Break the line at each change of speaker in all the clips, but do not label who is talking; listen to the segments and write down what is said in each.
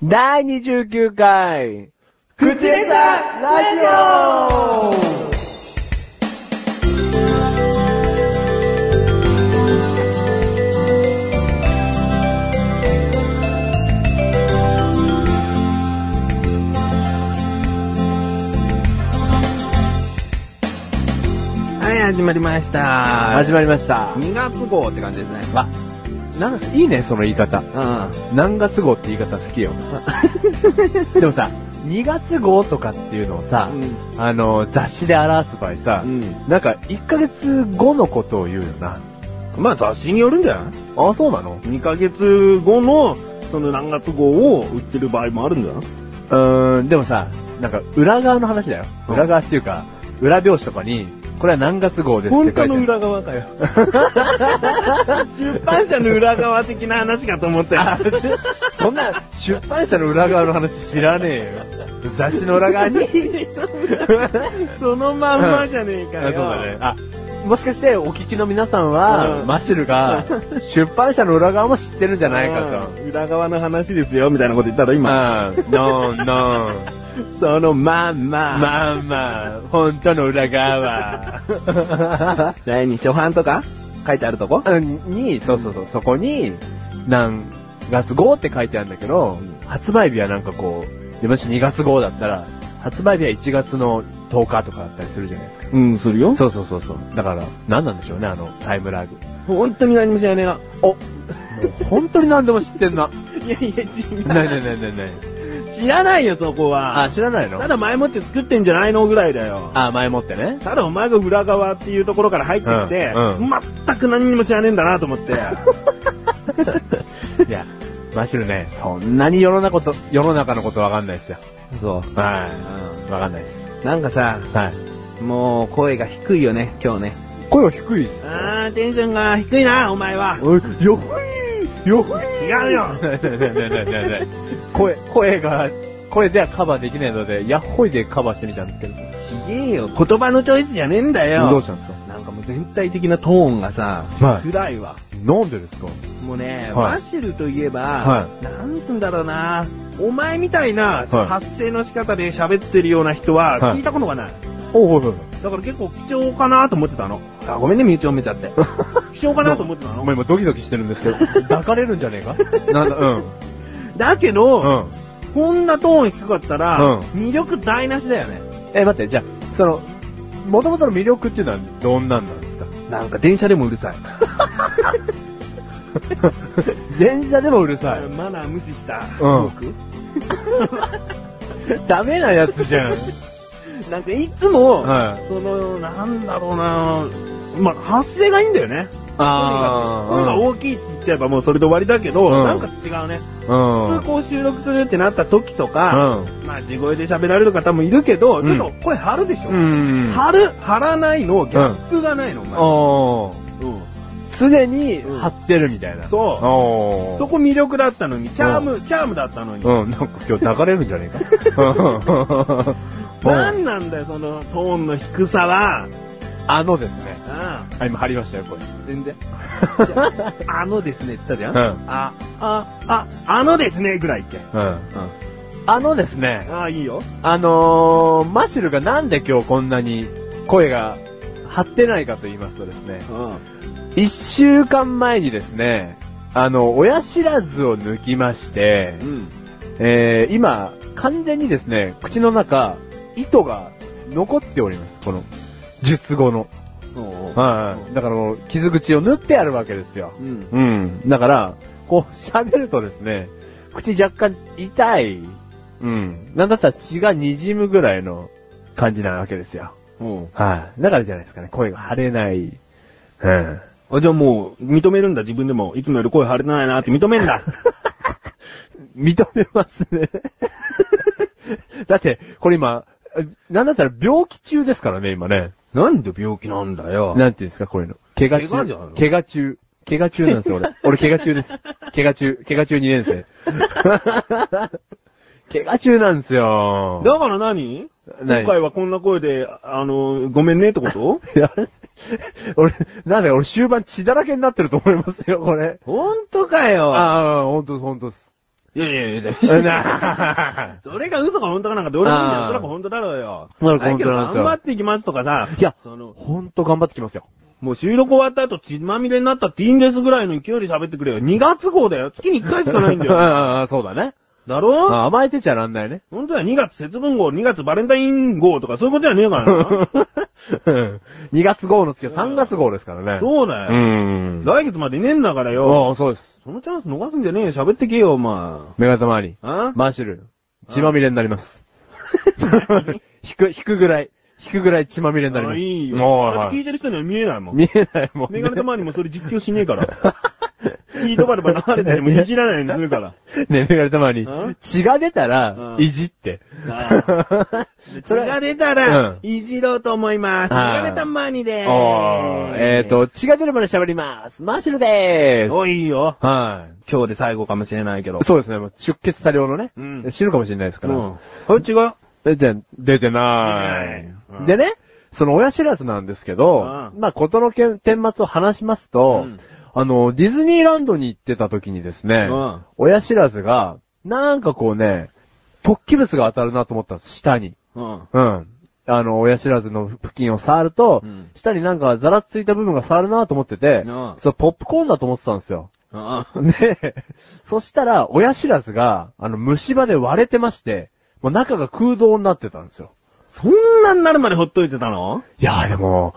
第29回、
口ネタラジオ
はい、始まりました。
始まりました。
2月号って感じですね。
わ、なんか、いいね、その言い方。
う
何月号って言い方好きよ。 でもさ、2月号とかっていうのをさ、あの、雑誌で表す場合さ、
ん。
なんか、1ヶ月後のことを言うよな。
うん。まあ雑誌によるんじゃない
あ、そうなの
?2 ヶ月後の、その何月号を売ってる場合もあるんじゃないう
ーん、でもさ、なんか、裏側の話だよ。
うん
裏側っていうか、裏表紙とかに、これは何月号ですって書
本
いてある。
当の裏側かよ。出版社の裏側的な話かと思ったよ。
あそんな、出版社の裏側の話知らねえよ。雑誌の裏 側に。
そのまんまじゃねえか
あそう
よ。
だね。あ、もしかしてお聞きの皆さんは、
うん
マシルが、出版社の裏側も知ってるんじゃないか
うん裏側の話ですよ、みたいなこと言ったら
と。
今。
うん、ノンノン。
そのまんま。
まあまあ、本当の裏側は。
何、初版とか書いてあるとこ
うんに、そうそうそう、そこに、何月号って書いてあるんだけど、発売日はなんかこう、もし2月号だったら、発売日は1月の10日とかだったりするじゃないですか。
うん、するよ。
そうそうそうそう。だから、何なんでしょうね、あの、タイムラグ。
本当に何も知らねえな。
本当に何でも知ってんな。
いやいや、違う。
ないないないないない。
知らないよ、そこは。
あ、知らないの
ただ前もって作ってんじゃないのぐらいだよ。
あ、前もってね。
ただお前が裏側っていうところから入ってきて、
うん
全く何にも知らねえんだなと 思って。
いや、マシュルね、そんなに世の中こと、世の中のことわかんないですよ。
そ
はい。わかんないです。
う。なんかさ、
はい。
もう声が低いよね、今日ね。
声は低いです。
あー、テンションが低いな、お前は。
おい、よふいよふい
違うよ。
ねえねえねえねえねえ声、声が、声ではカバーできないので、やっほいでカバーしてみたんですけど。
ちげえよ。
言葉のチョイスじゃねえんだ
どう
よ。
したんです
なんかもう全体的なトーンがさ、
かは
暗いわ。
い。なんでですか
もうね、
は
マ
い
シルといえば、
は
なんつうんだろうな。
お前みたいな
はい
発声の仕方で喋ってるような人は
はい
聞いたことがない。
おうおう
だから結構貴重かなと思ってたの。
あごめんね、身内を埋めちゃって。
貴重かなと思ってた
お
の。
前今ドキドキしてるんですけど、抱かれるんじゃねえかなんだ、うん。
だけど、
うん。
こんなトーン低かったら、
うん
魅力台無しだよね。
え、待って、じゃあ、その、元々の魅力っていうのはどんなんなんですか
なんか電車でもうるさい。
電車でもうるさい。
マナー無視した。
うん
僕
ダメなやつじゃん。
なんかいつも、
はい。
その、なんだろうなまあ、発声がいいんだよね。
あ
声が大きいって言っちゃえばもうそれで終わりだけど、
うん
なんか違うね。
うん
普通こう収録するってなった時とか、
う
まあ、地声で喋られる方もいるけど、
うん
ちょっと声張るでしょ。
ん。うん。
張る、張らないの、ギャップがないの、お前。
おー
うん
常に張ってるみたいな。
そう。
おー
そこ魅力だったのに、チャーム、チャームだったのに。
うん、なんか今日抱かれるんじゃねえ か。うん
なんなんだよ、そのトーンの低さは。
あのですね。
あ
あ、今張りましたよ、これ。
全 然。あのですねって言ったじゃん。
うん。
あ、
あ、あ、あのですね、ぐらい言って。
うん。あのですね。
ああ、いいよ。
あのー、マシルがなんで今日こんなに声が張ってないかと言いますとですね、
う
一週間前にですね、あの、親知らずを抜きまして、
ん。
えー、今、完全にですね、口の中、糸が残っております、この、術後の。
うん。
はい。だからもう、傷口を縫ってあるわけですよ。
うん。
うん。だから、こう喋るとですね、口若干痛い。うん。なんだったら血が滲むぐらいの感じなわけですよ。
うん。
はい。だからじゃないですかね、声が腫れない。うん。
あ、じゃあもう、認めるんだ、自分でも。いつもより声張れてないなって認めんだ。
認めますね。 だって、これ今、なんだったら病気中ですからね、今ね。
なんで病気なんだよ。
なんていうんですか、こういうの。怪我中。
怪我じゃないの
怪我中。怪我中なんですよ、 俺。俺、怪我中です。怪我中。怪我中2年生。怪我中なんですよ。
だから何
何
今回はこんな声で、あの、ごめんねってこと
い や、俺、なんだよ、俺終盤血だらけになってると思いますよ、これ。
ほんとかよ。
ああ、ほんとです、ほんとです。
いやいやいや、
な
それが嘘か本当かなんかどうでもいいんだよ。
あー
それは本当だろうよ。
それは本当なんです
だけど
よ
頑張っていきますとかさ、
いや、
その、
ほんと頑張ってきますよ。
もう収録終わった後血まみれになったっていいんですぐらいの勢いで喋ってくれよ。2月号だよ。月に1回しかないんだ よ。
ああ、そうだね。
だろ
あ甘えてちゃらんないね。
本当だよ。2月節分号、2月バレンタイン号とかそういうことじゃねえからな。
2月号の月は3月号ですからね。
そうだ
う
よ。
ん。
来月までいねえんだからよ。
ああ、そうです。
そのチャンス逃すんじゃねえよ。喋ってけよ、お前。
目がたまり。
あ
マッシュル、血まみれになります。引く、引くぐらい、引くぐらい血まみれになりま
あ
す。
いいよ。
もう、
だっ
は
て聞い
い
てる人には見えないもん。
見えないもん、
メ
ね。
ガネたまにもそれ実況しねえ から。聞いとかれば流れててもいじらないようにするから。
ね、メガネたまに
うん。
血が出たら
う、ん
いじって。
あそれが出たら
うん、
いじろうと思います。メ
はい
ガネたまにでー す。
おーえっ、ー、、と、血が出るまで喋ります。マッシュルでーす。
おいいよ。
は
今日で最後かもしれないけど
い。。そうですね、もう出血多量のね、
うん
死ぬかもしれないです
う
から。
ん。これ違う。
出て、出てない。
出てない
でね、その親知らずなんですけど、
うん
まあ、ことのけん顛末を話しますと、
うん
あの、ディズニーランドに行ってた時にですね、
うん
親知らずが、なんかこうね、突起物が当たるなと思ったんです、下に。
うん。
うん。あの、親知らずの付近を触ると、
うん
下になんかザラついた部分が触るなと思ってて、
うん
それポップコーンだと思ってたんです よ。
あ
で、そしたら、親知らずが、あの、虫歯で割れてまして、もう中が空洞になってたんですよ。
そんなんなるまでほっといてたの
いやーでも、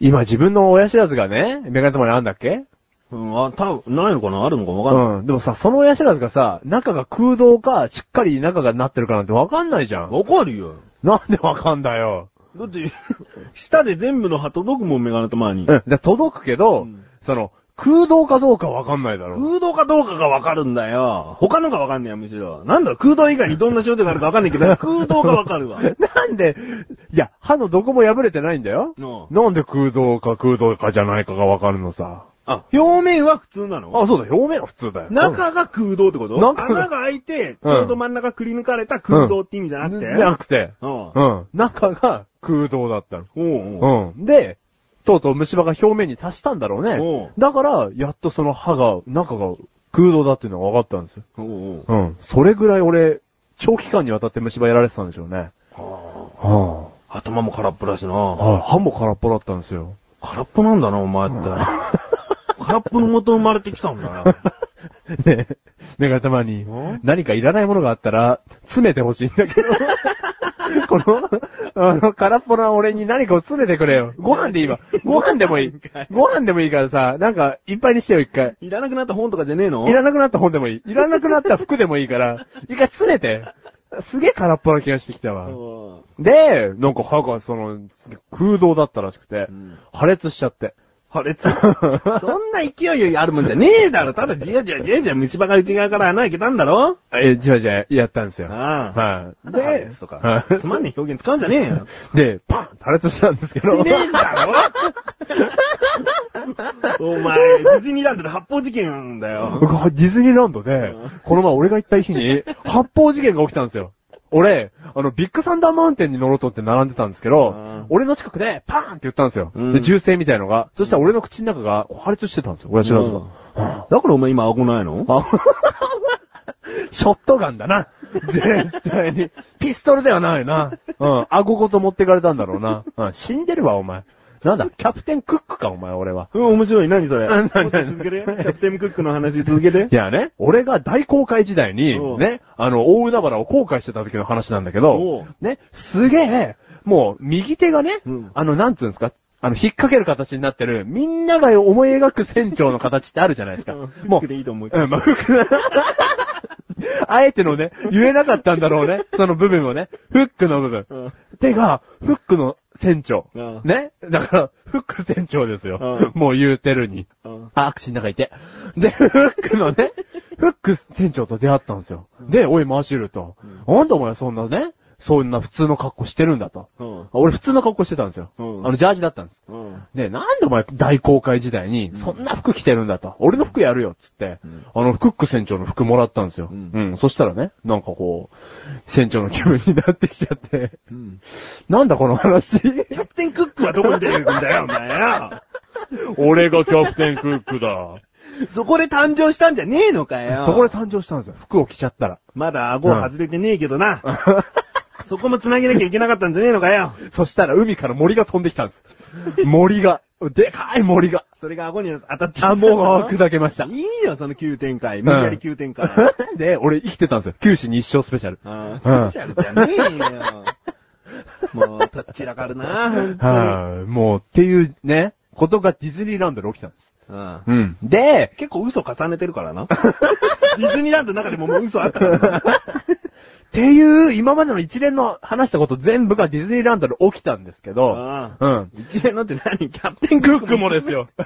今自分の親知らずがね、メガネ玉にあんだっけ
うん、あ、たぶん、ないのかなあるのかわかんない。
うん。でもさ、その親知らずがさ、中が空洞か、しっかり中がなってるかなんてわかんないじゃん。
わかるよ。
なんでわかんだよ。
だ って、舌で全部の歯届くもん、メガネたまに。
うん。で、届くけど、
うん
その、空洞かどうかわかんないだろう。
空洞かどうかがわかるんだよ。他のがわかんないよ、むしろ。なんだ、空洞以外にどんな仕事があるかわかんない けど、空洞がわかるわ。
なんで、いや、歯のどこも破れてないんだよ。
の
なんで空洞か空洞かじゃないかがわかるのさ。
あ、表面は普通なの
あ、そうだ、表面は普通だよ。
中が空洞ってこと
中が
穴が開いて、ちょうど真ん中くり抜かれた空洞って意味じゃなくて
じゃなくて。
うん。うん
うん。中が空洞だったの。
おう
うん。で、とうとう虫歯が表面に達したんだろうね。
う
だから、やっとその歯が、中が空洞だっていうのが分かったんですよ。
おうおう
うん。それぐらい俺、長期間にわたって虫歯やられてたんでしょうね。
は
は
あ頭も空っぽだし
あ、
な。
はい。歯も空っぽだったんですよ。
空っぽなんだな、お前って。空っぽの元生まれてきたんだな。
ねえ、目がたまに
ん、
何かいらないものがあったら、詰めてほしいんだ けど。この、あの、空っぽな俺に何かを詰めてくれよ。ご飯でいいわ。ご飯でもいい。ご飯でもいいからさ、なんか、いっぱいにしてよ、一回。
いらなくなった本とかじゃねえの
いらなくなった本でもいい。いらなくなった服でもいいから、一回詰めて。すげえ空っぽな気がしてきたわ。
おう
で、なんか歯がその、空洞だったらしくて
うん、
破裂しちゃって。
破裂。そんな勢いあるもんじゃねえだろ。ただじやじやじやじや虫歯が内側から穴開けたんだろ
え、じわじわやったんですよ。
ああ。
はい。
で、破裂とか
はい。
つまんねえ表現使うんじゃねえよ。
で、パン破裂したんですけど。
しねえんだろお前、ディズニーランドで発砲事件だよ。
僕は ディズニーランドで
うん、
この前俺が行った日に、発砲事件が起きたんですよ。俺、あの、ビッグサンダーマウンテンに乗ろうと思って並んでたんですけ
う
ど
ん、
俺の近くで、パーンって言ったんですよ。
うん
で、銃声みたいのが。そしたら俺の口の中がこう破裂してたんですよ、親知らずが。は
だからお前今顎ないの
あ ショットガンだな。絶対に。ピストルではないな。うん。顎ごと持ってかれたんだろうな。うん。死んでるわ、お前。なんだ、キャプテンクックか、お前、俺は。
うん、面白い。何それ。
何何何
続けて。キャプテンクックの話続けて
い。やね、俺が大航海時代に
う、ん
ね、あの、大海原を航海してた時の話なんだけど
お、
ね、すげえ、もう、右手がね
うん、
あの、なんつうんですか、あの、引っ掛ける形になってる、みんなが思い描く船長の形ってあるじゃないですか
うん。フッ
も
クでいいと思うけ
う、うん、まあ、フック あえてのね、言えなかったんだろうね、その部分をね、フックの部分。
うん。
手が、フックの船長
うん。
ねだから、フック船長ですよ。
う
もう言うてるに。
うん
あ、握手の中いて。で、フックのね、フック船長と出会ったんですよ。で、おい、マーシュルと。あんたお前そんなね、そんな普通の格好してるんだと。
うん。
俺普通の格好してたんですよ。あ
うん
の、ジャージだったんです。
うん。
で、なんでお前大航海時代に、そんな服着てるんだと。俺の服やるよ、っつって
うん。
あの、フック船長の服もらったんですよ。う
うん
ん。そしたらね、なんかこう、船長の気分になってきちゃって、
うん。
なんだこの話。
キャプテンクックはどこに出てくるんだよ、お前よ。
俺がキャプテンクックだ。
そこで誕生したんじゃねえのかよ。
そこで誕生したんですよ。服を着ちゃった ら。
まだ顎は外れてねえけどな。そこも繋げなきゃいけなかったんじゃねえのかよ。
そしたら海から森が飛んできたんです。森が。でかい森が。
それが顎に当たっちゃ
あ、
った。
もう砕けま した。
いいよ、その急展開。無理やり急展開。
で、俺生きてたんですよ。九死日生スペシャル。
あースペシャルじゃねえよ。もう、とっちらかるな、本当
はい、もう、っていうね、ことがディズニーランドで起きたんです。
に。うん
うん。で、
結構嘘重ねてるからな。ディズニーランドの中でももう嘘あったからな。
っていう、今までの一連の話したこと全部がディズニーランドで起きたんですけど、
ああ
うん。
一連のって何キャプテン
クックもですよ。 キ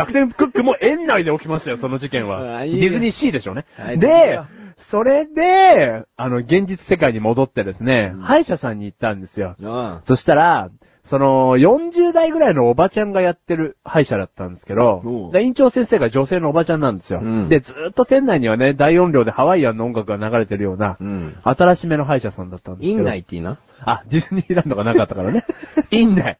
ャプテンクックも園内で起きましたよ、その事件
あ
は。
あ
デ
いいね
ィズニーシーでしょうね
は。いいい
で
よ、
それで、あの、現実世界に戻ってですね、
ん
歯医者さんに行ったんですよ。
あ
そしたら、その、40代ぐらいのおばちゃんがやってる歯医者だったんですけ
お
ど
う、
で院長先生が女性のおばちゃんなんですよ。
うん
で、ずーっと店内にはね、大音量でハワイアンの音楽が流れてるような、
うん。
新しめの歯医者さんだったんですけど。
院内っていいな。
あ、ディズニーランドがなかったから ね。院内。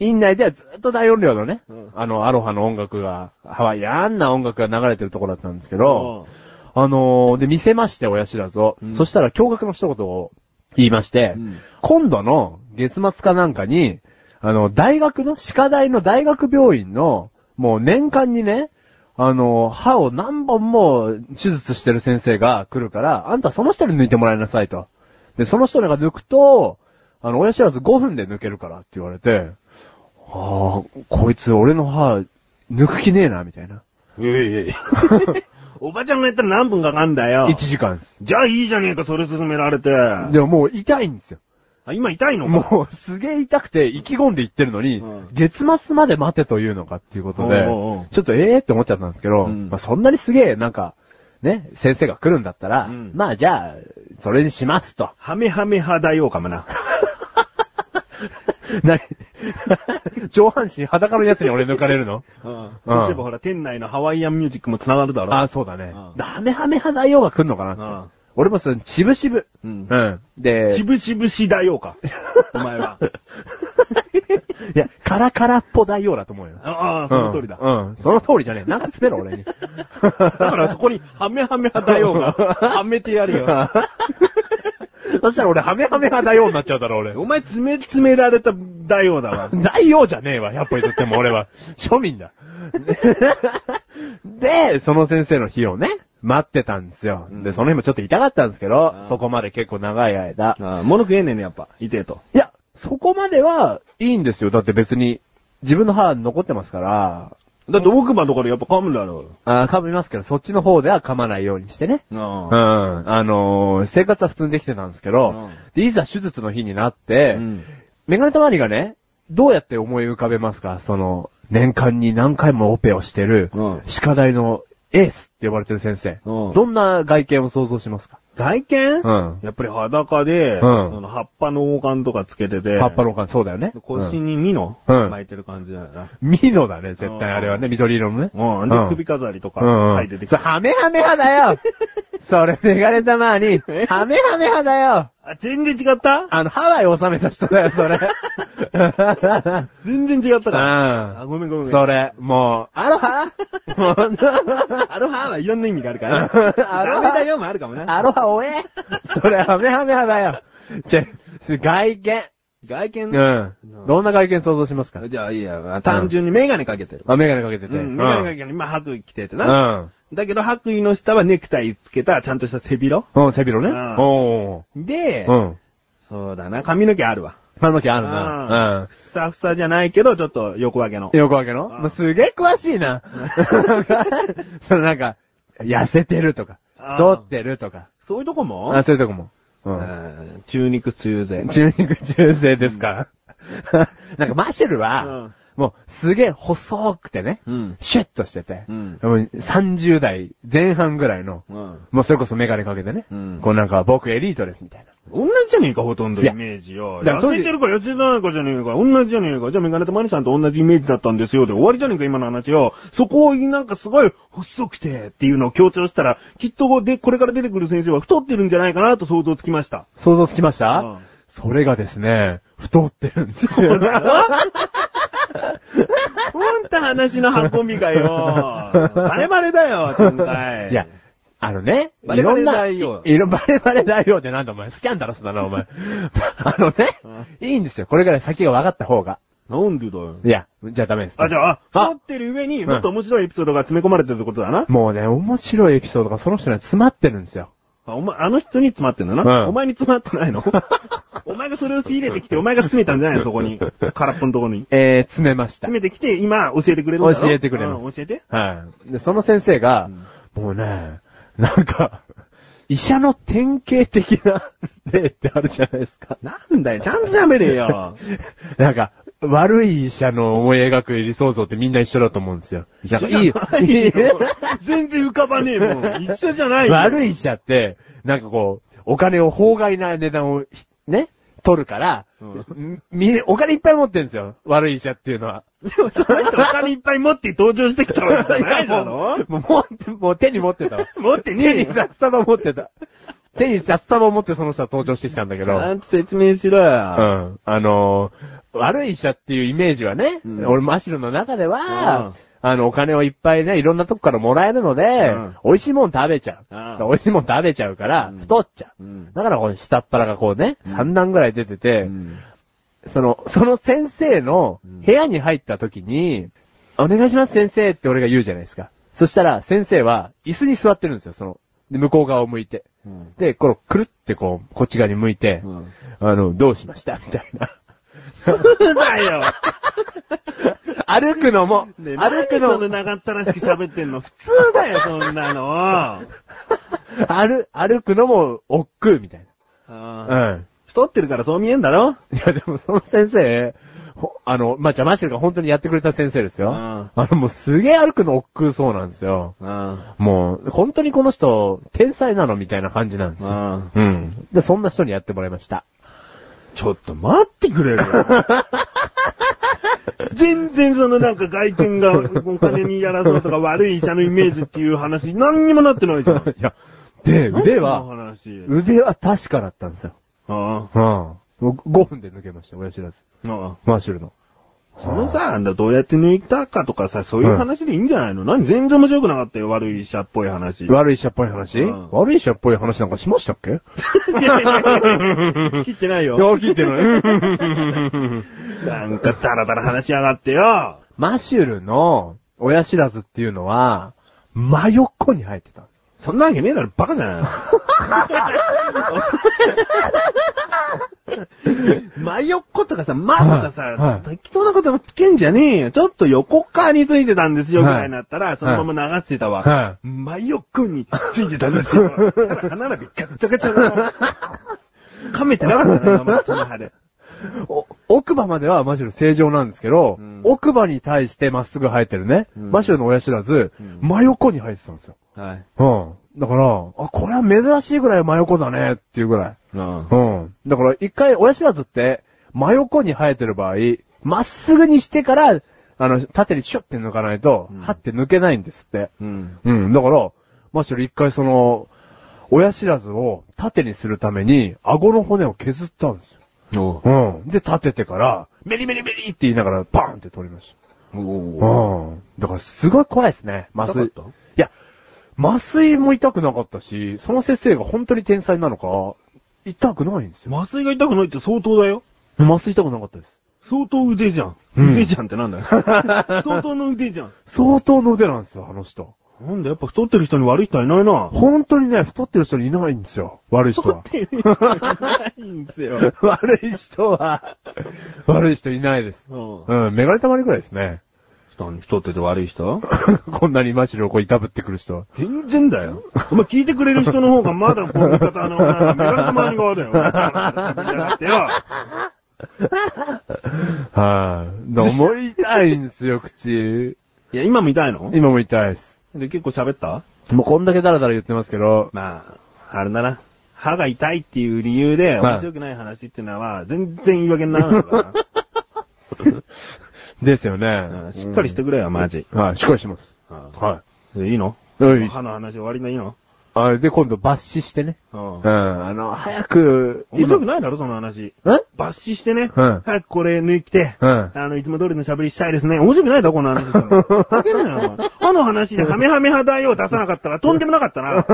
院内ではずっと大音量のね、
うん
あの、アロハの音楽が、ハワイアンな音楽が流れてるところだったんですけど、あのー、で、見せまして、親知らずを。
うん
そしたら、驚愕の一言を言いまして、
うん
今度の月末かなんかに、あの、大学の、歯科大の大学病院の、もう年間にね、あの、歯を何本も手術してる先生が来るから、あんたその人に抜いてもらいなさいと。で、その人が抜くと、あの、親知らず5分で抜けるからって言われて、ああ、こいつ俺の歯、抜く気ねえな、みたいな。
いやいや いや。おばちゃんがやったら何分かかんだよ
1。時間です。
じゃあいいじゃねえか、それ勧められて。
でももう痛いんですよ。
あ今痛 いのか
もうすげえ痛くて意気込んで言ってるのに、
うん
月末まで待てというのかっていうことで、
おうおうおう
ちょっとええって思っちゃったんですけど、
うん
まあ、そんなにすげえなんか、ね、先生が来るんだったら、
うん
まあじゃあ、それにしますと。
ハメハメ派だようかもな。
なに 上半身裸のやつに俺抜かれるの
うん。そうすればほら、店内のハワイアンミュージックも繋がるだろ。
ああ、そうだね。
うん
ダメハメ派大王が来んのかな、
うん
俺もその、ちぶしぶ。
うん
うん。で、
しぶしぶしだよ うか。お前は。
いや、カラカラっぽ大王だと思うよ。
ああ、その通りだ。
うん。うんその通りじゃねえ。なんか詰めろ、 俺に。
だからそこに、ハメハメ派だようが、 はめてやるよ。
そしたら俺、ハメハメ派大王になっちゃうだろ、 俺。
お前、詰め詰められただようだわ。
大王じゃねえわ、100歩譲っても俺は。庶民だ。 で、その先生の日をね、待ってたんですよ。
うん
で、その日もちょっと痛かったんですけど
あ、ー
そこまで結構長い間。
ああ、物食えねえね、やっぱ。痛えと。
いや、そこまではいいんですよ。だって別に、自分の歯残ってますから、
だって奥歯とかでやっぱ噛むだろ
あー噛みますけど、そっちの方では噛まないようにしてね。
う。
う
あ
ん。あのー生活は普通にできてたんですけど、
うん
でいざ手術の日になって、
うん
メガネたまりがね、どうやって思い浮かべますかその、年間に何回もオペをしてる、
うん
歯科大のエースって呼ばれてる先生。
うん
どんな外見を想像しますか
外見
うん
やっぱり裸で、
ん
その葉っぱの王冠とかつけてて、
葉っぱのおかん、そうだよね。
腰にミノ
うん
巻いてる感じだよな。
うん。ミノだね、絶対あれはね、緑色のね。
うん。で、首飾りとか、
うん。
はい、出てき
そう、
て。
ハメハメ派だ よそれ、メガネたまり、ハメハメ派だよ
あ、全然違った
あの、ハワイを治めた人だよ、そ れ。
全然違ったか。あ、
う
ごめんごめん。
ん。それ、もう、アロ ハ。
アロハはいろんな意味があるからね
アロハ
ダメだよもあるかもな。
アロハおえそれ、ハメハメ派だよ。ちょ、外見。
外見
うん。どんな外見想像しますか
じゃあいいや、単純にメガネかけてる。
あ、メガネかけてて。
うん、メガネかけてる。今白衣着てて
う
な。
ん。
だけど白衣の下はネクタイつけた、ちゃんとした背広
うん。うん、背広ね。
うん
お
で
ー。う、ん。
そうだな、髪の毛あるわ。
髪の毛ある
う
な。
ふさふさじゃないけど、ちょっと横分けの
うん。。よくわけの
うん
まあすげえ詳しい な。そのなんか、痩せてるとか、
あー
太ってるとか。
そういうとこも
あ、そういうとこも。う。
うんん中肉中背。
中肉中性ですか、 なんかマシュルは、
うん
もうすげえ細くてね、
うん
シュッとしてて、
うん
もう30代前半ぐらいの、
うん
もうそれこそメガネかけてね、
うん
こうなんか僕エリートですみたいな。
同じじゃねえか、ほとんど
い
イ
や
メージよ。
だからそ
痩
れ
せてるか痩せてないかじゃねえか、同じじゃねえか、じゃあメガネとマリさんと同じイメージだったんですよ、で終わりじゃねえか、今の話よ。そこをなんかすごい細くてっていうのを強調したら、きっとで、これから出てくる先生は太ってるんじゃないかなと想像つき ました。
想像つきました、
うん
それがですね、太ってるんですよ。
うんた話の運びがよ。バレバレだよ、今回。
いや、、あのね、
バ
い
レバ
ろ
レ
んな、
大
い
王
いろ、バレバレ大王ってなんだお前、スキャンダラスだなお前。 あのね、いいんですよ。これぐらい先が分かった方が。
なんでだよ。
いや、じゃあダメです、
あ、じゃあ、
あ
太ってる上に
ん
もっと面白いエピソードが詰め込まれてるってことだな。
もうね、面白いエピソードがその人には詰まってるんですよ。
あお前、あの人に詰まってんだな。
うん
お前に詰まってな いのお前がそれを仕入れてきて、お前が詰めたんじゃないのそこに。空っぽのと こに。
えー、詰めました。
詰めてきて、今、教えてくれるんだろ
教えてくれます
うん教えて。
はい。で、その先生が、もうね、なんか、医者の典型的な例ってあるじゃないですか。
なんだよ、ちゃんと喋れよ。
なんか、悪い医者の思い描く理想像ってみんな一緒だと思うんですよ。なん かいい、いい
全然浮かばねえ もん。一緒じゃないよ。
悪い医者って、なんかこう、お金を法外な値段をひ、ね、取るから、
うん
み、お金いっぱい持ってるんですよ。悪い医者っていうのは。
でもその人お金いっぱい持って登場してきたわけじゃないだろ
もう持って、もう手に持ってたわ。
持 ってねえ
手に
よ。
札束持ってた。手に札束持ってその人は登場してきたんだけ
ちゃ
ど。
んと説明しろ
う
よ。
ん。あのー悪い医者っていうイメージはね、
うん
俺マシルの中では、
うん
あの、お金をいっぱいね、いろんなとこからもらえるので、
ん
美味しいもん食べちゃう。
うん
美味しいもん食べちゃうから、
うん
太っちゃう。
うん
だからこの下っ腹がこうね、3段ぐらい出てて、
うん
その、その先生の部屋に入った時に、お願いします先生って俺が言うじゃないですか。そしたら先生は椅子に座ってるんですよ、その、で向こう側を向いて。
うん
で、このくるってこう、こっち側に向いて、
うん
あの、どうしましたみたいな。
そう だよ。
歩くのも、
ねえ
歩く
何その
の、
長ったらしく喋ってんの普通だよ、そんなの。
歩、歩くのも、億劫みたい
うん
な。うん。
太ってるからそう見えんだろ
いや、でもその先生、ほあの、まあ、邪魔してるから本当にやってくれた先生ですよ。
うん
あの、もうすげえ歩くの億劫そうなんですよ。
うん。
もう、本当にこの人、天才なのみたいな感じなんですよ。
うん
うん。で、そんな人にやってもらいました。
ちょっと待ってくれ る全然そのなんか外見がお金にやらそうとか悪い医者のイメージっていう話何にもなってないじゃん。
いや、で、腕
何
は、
の話。
腕は確かだったんですよ。
あ
うん。もう5分で抜けました、親知らず。
あああ
マーシュルの。
そのさ、あんだどうやって抜いたかとかさ、そういう話でいいんじゃないの、何全然面白くなかったよ、悪い医者っぽい話。
悪い医者っぽい話、
うん
悪い医者っぽい話なんかしましたっけい
切ってない
や、
よ。
聞いて る。
なんかダラダラ話しやがってよ。
マシュルの親知らずっていうのは、真横に生えてたんです。
そんなわけねえだろ、バカじ ゃない。真横とかさ、まとかさ、
はいはい
適当な言葉つけんじゃねえよ。ちょっと横側についてたんですよ、
は
ぐ
い
らいになったら、そのまま流してたわ。
は
真横についてたんですよ。ただ歯並びガッチャガチャだな。噛めてなかったな、今までその歯で。
お奥歯まではマシュル正常なんですけど、
うん
奥歯に対してまっすぐ生えてるね、
うん
マシュルの親知らず、
うん
真横に生えてたんですよ。
はい。
うん。だから、あ、これは珍しいぐらい真横だねっていうぐらい。
うん
うん。だから一回親知らずって、真横に生えてる場合、まっすぐにしてから、あの、縦にシュッて抜かないと
うん、
はって抜けないんですって。
うん。
うん。だから、マッシュル一回その、親知らずを縦にするために、顎の骨を削ったんですよ。
お
うん。で、立ててから、メリメリメリって言いながら、パーンって取りまし
お
た。うん。だから、すごい怖いですね。麻酔。い
痛かった
や、麻酔も痛くなかったし、その先生が本当に天才なのか、痛くないんですよ。
麻酔が痛くないって相当だよ。
麻酔痛くなかったです。
相当腕じゃん。
うん
腕じゃんってなん だよ。相当の腕じゃん。
相当の腕なんですよ、あの人。
なんだやっぱ太ってる人に悪い人はいないな。
本当にね、太ってる人いないんですよ。悪い人
太
は
っ。てる人いないんですよ。
悪い人は、 悪い人いないです。
うん
うん、メガネたまりくらいですね。
太ってて悪い人
こんなにマシルをこういたぶってくる人は。
全然だよ。お前聞いてくれる人の方がまだこう味方の、なんか目が周り側だよ。だってよ。
はい。思いたいんですよ、 口。
いや、今も痛いの
今も痛いです。
で、結構喋った
もうこんだけダラダラ言ってますけど、
まあ、あれだな。歯が痛いっていう理由で、
はい
面白くない話っていうのは、全然言い訳にならないか
ですよね
ら。う。んしっかりしてくれよ、マジ。
はい、しっかりします。
うん
は
それいいの
い。よいし
歯の話終わりないいの
あれで今度抜歯してね。
う
う
ん
ん、あの、早く、
面白く
な
ないだろ、その話。
ん
抜歯してね。
うん
早くこれ抜いて。
うん
あの、いつも通りの喋りしたいですね。面白くないだろ、この話。ふざけんなよ、お前あの話でハメハメ派大王出さなかったらとんでもなかった な。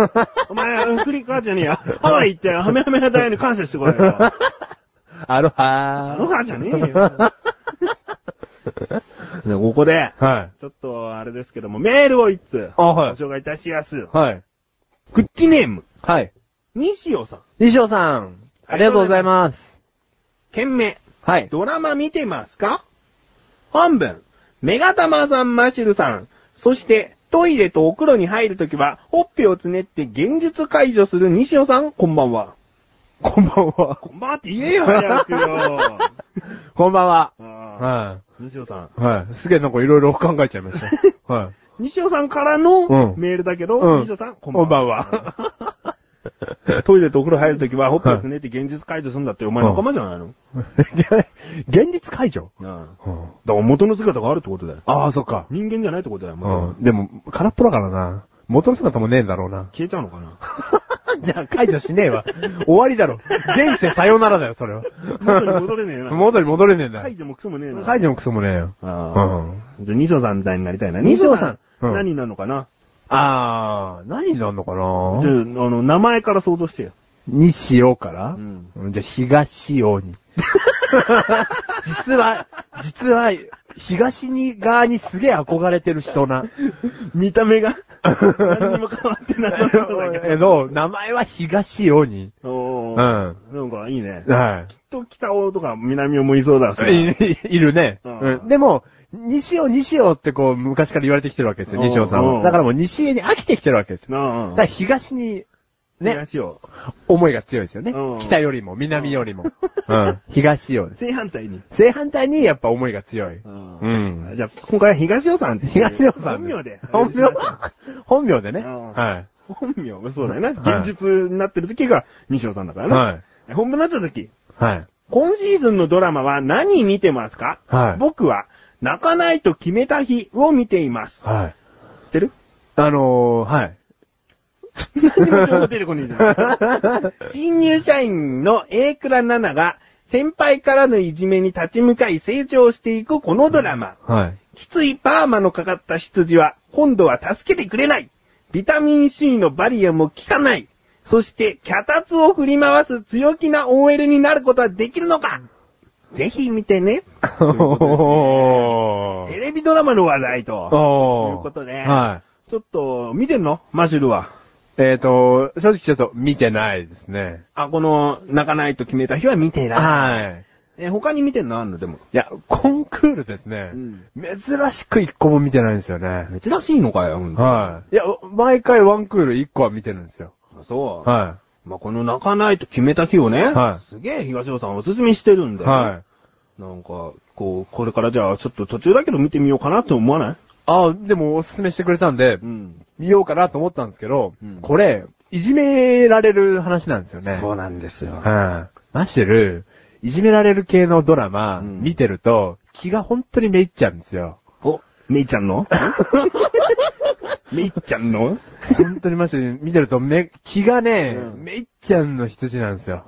お前、フリカじゃねえや。ハワイ行ってハメハメ派大王に感謝してこい よ。
アロ
ア
ハ
ロハじゃねえよ。でここで、
ー。 はい。
ちょっと、あれですけども、メールを一通、
あ、
ご
はい。
紹介いたしやす。
はい。
クッキーネーム、
はい。
西尾さん。
西尾さん、ありがとうございます。
件名、
はい。
ドラマ見てますか本文、メガタマさんマシルさん、そして、トイレとお風呂に入るときは、ほっぺをつねって現実解除する西尾さん、こんばんは。
こんばんは。
こんばんはって言えよ、早く よ。
こんばんは。
あ
は
ー西尾さん。
い。はい。すげえなんかいろいろ考えちゃいま した。はい。
西尾さんからの
うん
メールだけど、
うん
西尾さん、こ
こ
んばんは。
んばんは。
トイレとお風呂入るときは、ほっぺをつねって現実解除するんだって、お前仲間じゃないの、
現実解除
なあだから元の姿があるってことだよ。
ああ、そっか。
人間じゃないってことだよ、元
う
は。
ん。でも、空っぽだからな。元の姿もねえんだろうな
消えちゃうのかな
じゃあ、解除しねえわ。終わりだろ。現世さよならだよ、それは。
元に戻れねえな。
元に 戻れねえんだ
解除もクソもねえな。
解除もクソもねえよ。う
ああ。
ん。
じゃあ、ニソさんみたいになりたいな。
ニソさんうん
何になるのかな
あー、何になるのか
じゃあ、
な
あの、名前から想像してよ。
西尾から
ん。
うんじゃあ、東尾 に。実は、実は、東に側にすげえ憧れてる人な。
見た 目が、何にも変わってなさそうだけ
えの、名前は東尾に。
ど。お
う
ー。
ん。
なんか、いいね。
は
きっと北尾とか南尾もいそうだし。
い。いいるね。
うん
うんでも、西尾、西尾ってこう、昔から言われてきてるわけですよ、
うん
西尾さん
うん
は。だからもう西へに飽きてきてるわけですよ。
なあ
だから東に、ね、
東尾。
思いが強いですよね
うん。
北よりも、南よりも。うん。東尾です。
正反対に。
正反対にやっぱ思いが強い。うん。
じゃあ、今回は東尾さんっていう
東尾さん。
本名で。
本名 本名でね。
うん
は
本名そうだよな。
はい
現実になってる時が西尾さんだか
い。
らな。
はい。
本部になった時、
はい。
今シーズンのドラマは何見てますか
はい
僕は、泣かないと決めた日を見ています。
はい。
知ってる
あのー、はい。
何も情報出てこねえじゃん。 新入社員の A 倉奈々が、先輩からのいじめに立ち向かい成長していくこのドラマ。
はい。
きついパーマのかかった羊は、今度は助けてくれない。ビタミン C のバリアも効かない。そして、脚立を振り回す強気な OL になることはできるのかぜひ見てね。
お
テレビドラマの話題と。
お
ということで
は
ちょっと、見てんのマシュルは。
い。えっ、と、正直ちょっと見てないですね。
あ、この、泣かないと決めた日は見てない。
はい。
え、他に見てんのあんのでも。
いや、コンクールですね。
うん
珍しく一個も見てないんですよね。
珍しいのかよ、
はい。いや、毎回ワンクール一個は見てるんですよ。
い。そう。
は
まあ、この泣かないと決めた日をね、
はい
すげえ東尾さんおすすめしてるん
い。
だよ。
はい。
なんか、こう、これからじゃあ、ちょっと途中だけど見てみようかなって思わない
あ、でもおすすめしてくれたんで、
ん。
見ようかなと思ったんですけど、
うん
これ、いじめられる話なんですよね。
そうなんですよ。
うん。マッシュル、いじめられる系のドラマ、
うん
見てると、気が本当にめいっちゃうんですよ。
お、めいちゃんのめいちゃんの
本当にマジで見てるとめ、気がね、
うん
めいっちゃんの羊なんですよ。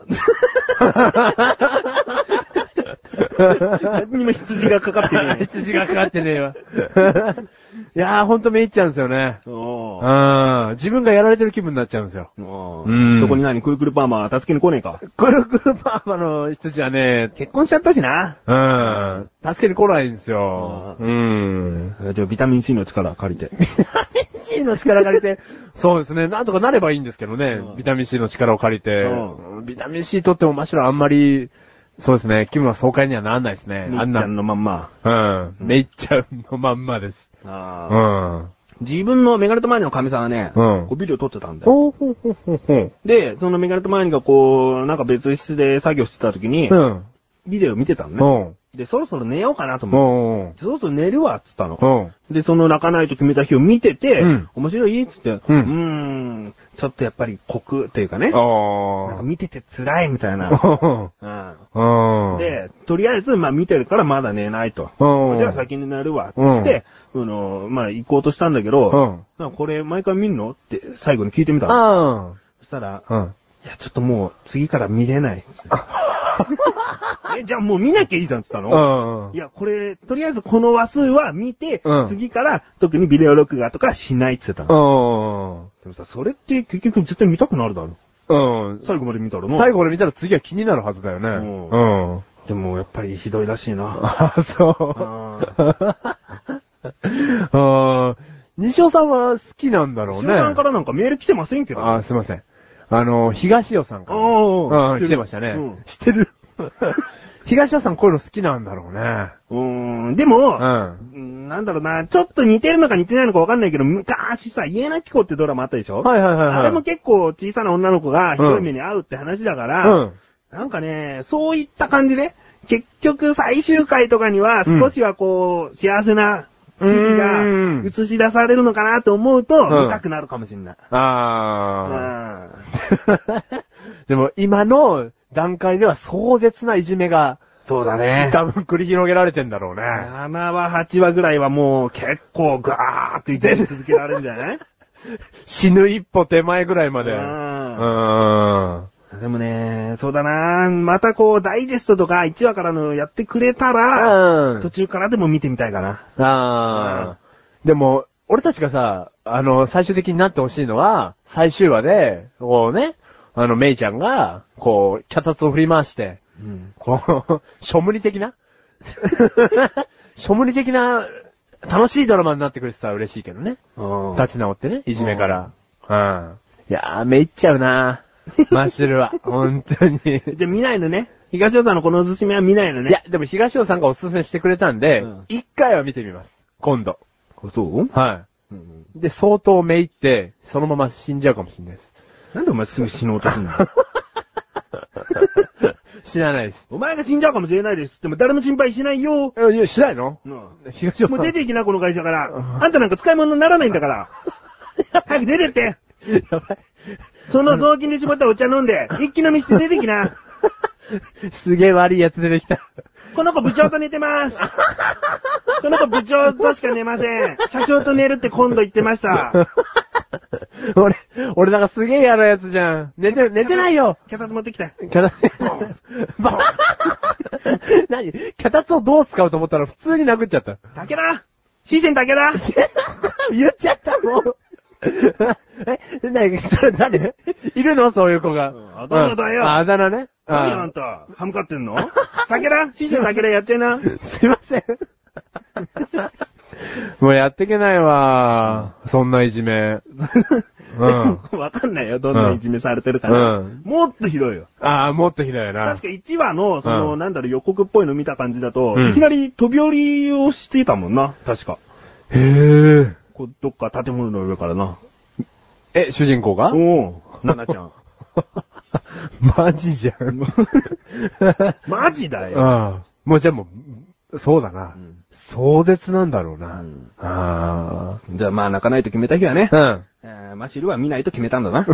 何にも羊がかか ってない。
羊がかかってねえわ。 いやーほんとめいっちゃうんですよね。
お
う
ー
ん。自分がやられてる気分になっちゃうんですよ。
お
う
ー
ん
そこに何くるくるパーマー助けに来ねえか
くるくるパーマの羊はね、
結婚しちゃったしな。
うん。助けに来ないんですよ。うん。
えーじゃあビタミン C の力借りて。
ビタミン C の力借りて。そうですね。なんとかなればいいんですけどね。
ん
ビタミン C の力を借りて。
う
ビタミン C 取ってもマシュラあんまり、そうですね。気分は爽快にはならないですね。
め
あん
いちゃ
な。
んのまんま。
うん。めいっちゃんのまんまです。う
あー
ん。
自分のメガネとマーニの神さんはね、
うん
こビデオ撮ってたんだよ。
おほほほほ。
で、そのメガネとマーニがこう、なんか別室で作業してた時に、
うん。
ビデオ見てた
う
のね。
ん。
で、そろそろ寝ようかなと
う
思って。
ん。うん。
そろそろ寝るわ、っつったの
う。ん。
で、その泣かないと決めた日を見てて、
うん
面白いっつって、う
うん
ーん、ちょっとやっぱりコクというかね、なんか
あ
見てて辛いみたいな。
あ。
うん
うん。、
で、とりあえず、まあ見てるからまだ寝ないと。
うん。
じゃあ先に寝るわ、っつって、あの、まあ行こうとしたんだけど、
うん。
なんかこれ毎回見んのって最後に聞いてみたの。
あ
そしたら、
あ。うん。
いや、ちょっともう次から見れないっつって。え、じゃあもう見なきゃいいじゃんっつったの。
うん
い。や、これ、とりあえずこの話数は見て、
うん
次から特にビデオ録画とかしないっつってた
う
の。
ん。
でもさ、それって結局絶対見たくなるだろ。
うん。
最後まで見たらな。
最後俺見たら次は気になるはずだよね。
うん
うん。
でもやっぱりひどいらしいな。
ああ、そう。
あ
ああ、西尾さんは好きなんだろうね。
さんからなんかメール来てませんけど。
ああ、すいません。あの、東尾さんから。
おー
うん、
知ってる
来てました
う
ね
ん。
知ってる 東尾さんこういうの好きなんだろうね。
うーん、でも、
うん。
うんなんだろうな、ちょっと似てるのか似てないのかわかんないけど、昔さ、家なき子ってドラマあったでしょ
はいはいはいはい。
あれも結構小さな女の子がひどい目に遭うって話だから、
うん。
なんかね、そういった感じで、結局最終回とかには少しはこう、幸せな日々
う
が
ん
映し出されるのかなと思うと、
うん
見たくなるかもしれない。う
ああ。
ん。
でも今の段階では壮絶ないじめが、
そうだね。
多分繰り広げられてんだろうね。
7話、8話ぐらいはもう結構ガーッと一年続けられるんじゃない
死ぬ一歩手前ぐらい まで。
う
うんん。
でもね、そうだなまたこう、ダイジェストとか1話からのやってくれたら、
うん
途。中からでも見てみたいかな。
あーでも、俺たちがさ、あの、最終的になってほしいのは、最終話で、こうね、あの、メイちゃんが、こう、脚立を振り回して、
うん。
こう、 しょむり的なしょむり的な、楽しいドラマになってくれてたら嬉しいけどね。立ち直ってね、いじめから。うん。いやー、めいっちゃうなマッシュル は。本当に。
じゃあ見ないのね。東尾さんのこのおすすめは見ないのね。
いや、でも東尾さんがおすすめしてくれたんで
うん、
一、回は見てみます。今度。
そう、
はい。で、相当めいって、そのまま死んじゃうかもしれない です。
なんでお前すぐ死のうとす んの
死なないです。
お前が死んじゃうかもしれないです。でも誰も心配しないよ。
えいや、しないの
も
東尾さん。
う出ていきな、この会社から。
ん
あんたなんか使い物にならないん だから。早く出てって。
やば
その雑巾で絞ったお茶飲んで、一気飲みして出てきな。
い。すげえ悪いやつ出てきた。
この子部長と寝て ます。この子部長としか寝ません。社長と寝るって今度言ってました。
俺、俺なんかすげえ嫌なやつじゃん。寝て、寝てないよ
キャタツ持ってきた。
キャタ、ば、何キャタツをどう使うと思ったら普通に殴っちゃった。
竹田シーセン竹田
言っちゃったもん。え、なに、それ誰いるのそういう子が。
んあだ名だよ
うんああだ名ね。
何あ
うん
んた、歯向かってんの竹田シーセン竹田やっちゃいな。
すいません。もうやってけないわ。そんないじめ。 うん。
わかんないよ、どんないじめされてるかな。
うん
もっとひどいよ。
ああ、もっとひどいな
確。か1話の、その、
うん
なんだろう、予告っぽいの見た感じだと、
うん
いきなり飛び降りをしてたもんな、確か。
へえ。
こうどっか建物の上からな。
え、主人公が
おおななちゃん。
マジじゃん。
マジだよ。
うん。もうじゃあもう、そうだな。
ん
壮絶なんだろうな。
ん
あ
じゃあまあ泣かないと決めた日はね
あ。、うん。
えーマシルは見ないと決めたんだな。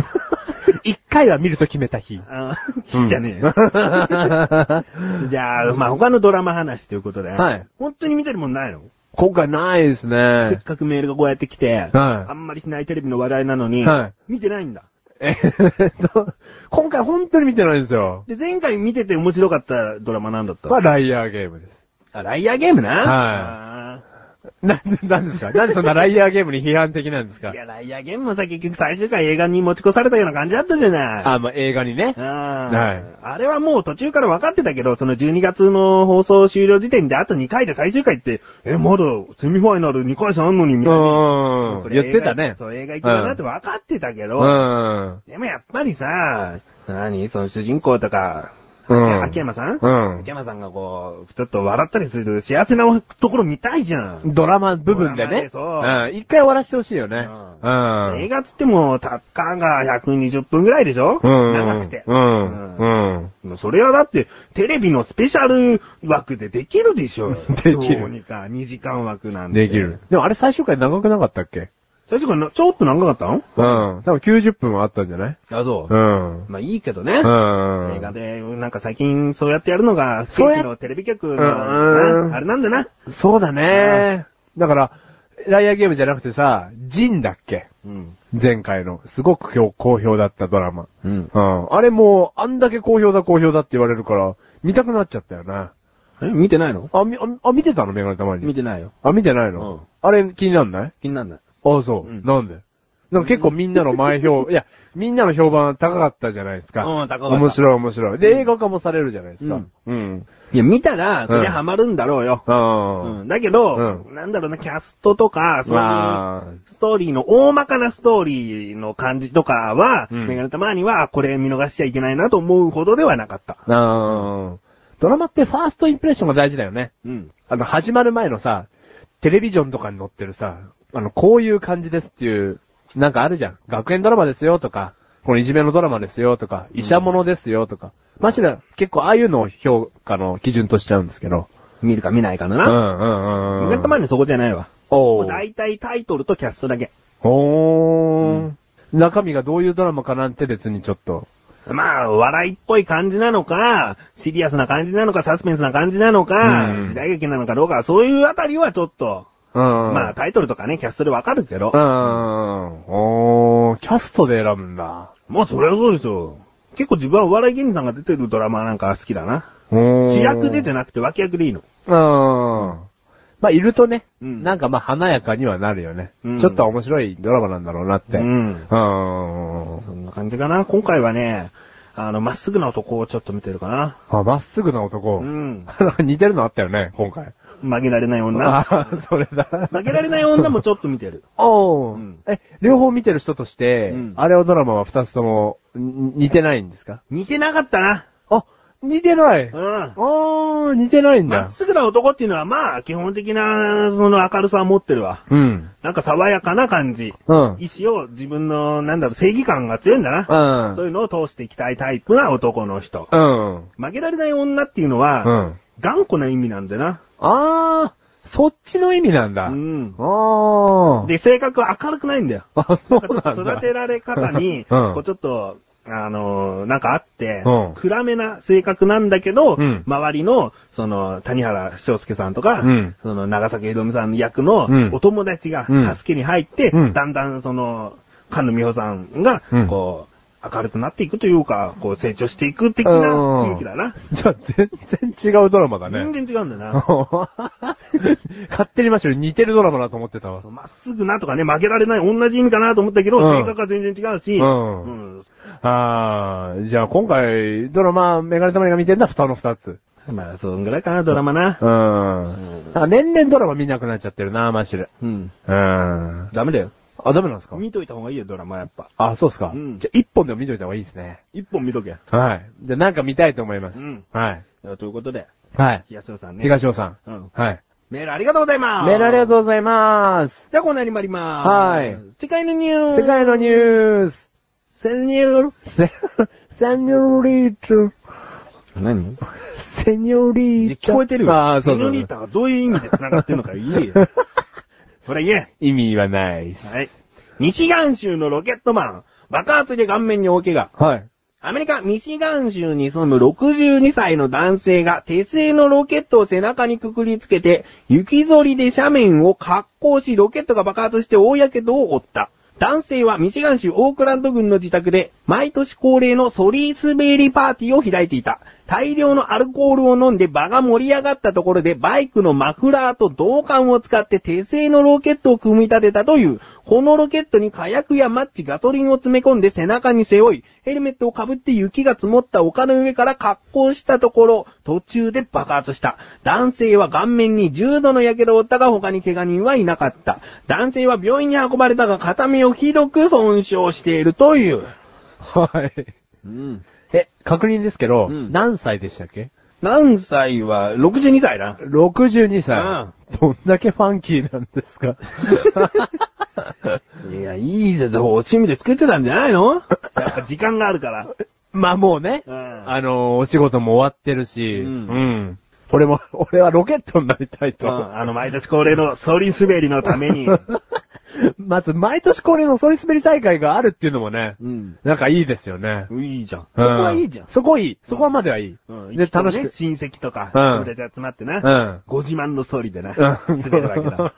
一回は見ると決めた日。
あ
う
ー
ん
じゃ ねえ。じゃあ、まあ他のドラマ話ということで。
はい
本当に見てるもんないの
今回ないです
せっ
ね。
かくメールがこうやって来て、あ
は
んまりしないテレビの話題なのに、
は
見てないんだ。
い。えっと、今回本当に見てないんですよ。
で、前回見てて面白かったドラマなんだった
は、ライアーゲームです。
あ、ライアーゲームな。
はいなんで、なんですかなんでそんなライアーゲームに批判的なんです
あ
か
ーいや、ライアーゲームもさ、結局最終回映画に持ち越されたような感じだったじゃない。
あ、まあ、映画にね。
あー
はい
あれはもう途中から分かってたけど、その12月の放送終了時点であと2回で最終回って、え、まだセミファイナル2回戦あんのに、
う
みたいな。
ー
こ
ん。
れ
言ってた
映
ね
画。そう、映画行くんだなって分かってたけ
う
ど、
ん。
でもやっぱりさ、何その主人公とか、
うん
秋山さん
うん
秋。山さんがこう、ちょっと笑ったりする幸せなところ見たいじゃん。
ドラマ部分でね。
ドラ
うん。一回終わらせてほしいよね。う
映
ん。
画つっても、たかが120分ぐらいでしょ
うん。
長くて。
うん。
うん
うん。
それはだって、テレビのスペシャル枠でできる でしょ
できる
どうにか、2時間枠なんて。
できる。。でもあれ最終回長くなかったっけ
最初からなちょっと長かったの
うん。多分90分はあったんじゃない。
あ、そう
ん。
まあいいけどね。
うん。
映画で、なんか最近そうやってやるのが、不
そう
景
や
気のテレビ局の、
うん
なあれなんだな。
そうだね。だから、ライアーゲームじゃなくてさ、ジンだっけ
うん。
前回の。すごく今日好評だったドラマ。
うん。
うん。あれもう、あんだけ好評だ好評だって言われるから、見たくなっちゃったよな。
え、見てないの
あ、み、あ、あ見てたのメガネたまに。
てないよ。
あ、見てないの、
うん
あれ気になんない
気になんない。
あ、そう、
うん
なんでなんか結構みんなの前 評、いや、みんなの評判高かったじゃないですか。
うん高かった
面白い面白い。で、映画化もされるじゃないですか。うん。
いや、見たら、そり
う
ゃ
ん
ハマるんだろうよ。
あ
うん。だけど、
う
なんだろうな、キャストとか、そういう、
まあ、
ストーリーの、大まかなストーリーの感じとかは、
うん
メガネたまには、あこれ見逃しちゃいけないなと思うほどではなかった。
あードラマってファーストインプレッションが大事だよね。
うん。
あの、始まる前のさ、テレビジョンとかに載ってるさ、あの、こういう感じですっていう、なんかあるじゃん。学園ドラマですよとか、このいじめのドラマですよとか、医者ものですよとか。マジで結構ああいうのを評価の基準としちゃうんですけど。
見るか見ないかの
うんう
な。
んうん。
メガネたまにそこじゃないわ。
お
もう
ー。
大体タイトルとキャストだけ。
おー。中身がどういうドラマかなんて別にちょっと。
まあ、笑いっぽい感じなのか、シリアスな感じなのか、サスペンスな感じなのか、
うん
時代劇なのかどうか、そういうあたりはちょっと、
うん。
まあ、タイトルとかね、キャストでわかるけど、
うん。おー、キャストで選ぶんだ。
まあ、そりゃそうですよ。結構自分はお笑い芸人さんが出てるドラマなんか好きだな。主
主
役でじゃなくて脇役でいいの。
うん。まあ、いるとね、
うん
なんかまあ華やかにはなるよね、
うん
ちょっと面白いドラマなんだろうなって。
うん
うん。
そんな感じかな。今回はね、あの、まっすぐな男をちょっと見てるかな。
あ、まっすぐな男。
うん。
なん か似てるのあったよね、今回。
曲げられない女。
ああ、 それだ。
曲げられない女もちょっと見てる。
おー、
うん
え、両方見てる人として、
うん
あれをドラマは二つともん似てないんですか
似てなかったな。
あ、似てない。
うん。
おー、似てないん
ま
だ
っ。すぐな男っていうのは、まあ、基本的な、その明るさは持ってるわ。
うん。
なんか爽やかな感じ。
うん。
意志を自分の、なんだろう、正義感が強いんだな。
うん。
そういうのを通していきたいタイプな男の人。
うん。
曲げられない女っていうの
う
は、
ん。
頑固な意味なんだな。
あー、そっちの意味なんだ。
うん。
あー。
で、性格は明るくないんだよ。
あ、そうなんだ。
育てられ方に、
うん
こうちょっと、あのーなんかあって、
うん
暗めな性格なんだけど、
うん
周りの、その、谷原章介さんとか、
うん
その、長崎ひどみさんの役の
うん、
お友達が
うん
助けに入って、
うん
だんだんその、菅野美穂さんが
うん、
こう、明るくなっていくというか、こう成長していく的な雰囲気だな。
じゃあ、全然違うドラマだ
全
ね。
然違うんだな。
勝手にマシュル似てるドラマだと思ってたわ。
まっすぐなとかね、曲げられない同じ意味かなと思ったけど、
うん
性格は全然違うし、
うん
うん
あー、じゃあ今回、ドラマ、メガネたまりが見てんだ、蓋の二つ。
まあ、そんぐらいかな、ドラマな。
うん。あ年々ドラマ見なくなっちゃってるな、マシュル。
うん。
うん。
ダメだよ。
あ、ダメなんですか
見といた方がいいよ、ドラマやっぱ。
あ、そうですか。
うん
じゃあ一本でも見といた方がいいですね。
一本見とけ。
はい。じゃあなんか見たいと思います。
うん
はい。
ということで、
はい。
東野さんね。
東尾さん。
うん。
はい。
メールありがとうございます。
メールありが
う。
とうございます。
じゃあコーナーに参りまーす。
はい。
世界のニュース。
世界のニュース。
千ニュー
セ、 セニョリート、
ス。何
セニョリート。
聞こえてるよ。
ああ、そうそう
セニョリータがどういう意味で繋がってるのか言えよ。それ言
意味はないっ
え。
す。
はい。ミシガン州のロケットマン。爆発で顔面に大怪我。
はい。
アメリカ、ミシガン州に住む62歳の男性が手製のロケットを背中にくくりつけて、雪ぞりで斜面を滑降し、ロケットが爆発して大火傷を負った。男性はミシガン州オークランド郡の自宅で、毎年恒例のソリースベリーパーティーを開いていた。大量のアルコールを飲んで場が盛り上がったところで、バイクのマフラーと銅管を使って手製のロケットを組み立てたという。このロケットに火薬やマッチ、ガソリンを詰め込んで背中に背負い、ヘルメットをかぶって雪が積もった丘の上から滑降したところ、途中で爆発した。男性は顔面に重度の火傷を負ったが他に怪我人はいなかった。男性は病院に運ばれたが片目をひどく損傷しているという。
はい。
うん。
え、確認ですけど、
うん
何歳でしたっけ
何歳は、62歳だ。
?62 歳。どんだけファンキーなんです か
いや、いいぜ、どう趣味で作ってたんじゃないのやっぱ時間があるから。
まあもうね、
うん
あのーお仕事も終わってるし、
う
うんん。俺も、俺はロケットになりたいと。
うんあの、毎年恒例のソリ滑りのために。
まず、毎年恒例のソリ滑り大会があるっていうのもね、
うん。
なんかいいですよね。
いいじゃん。そこ
うん
はいいじゃん。
そこいい。そこはまではいい。
うん。
で、
きっとね
楽しく。
親戚とか、
うん
友達集まって
う
な。
ん。
ご自慢のソリでな。
うん
滑るわけだ。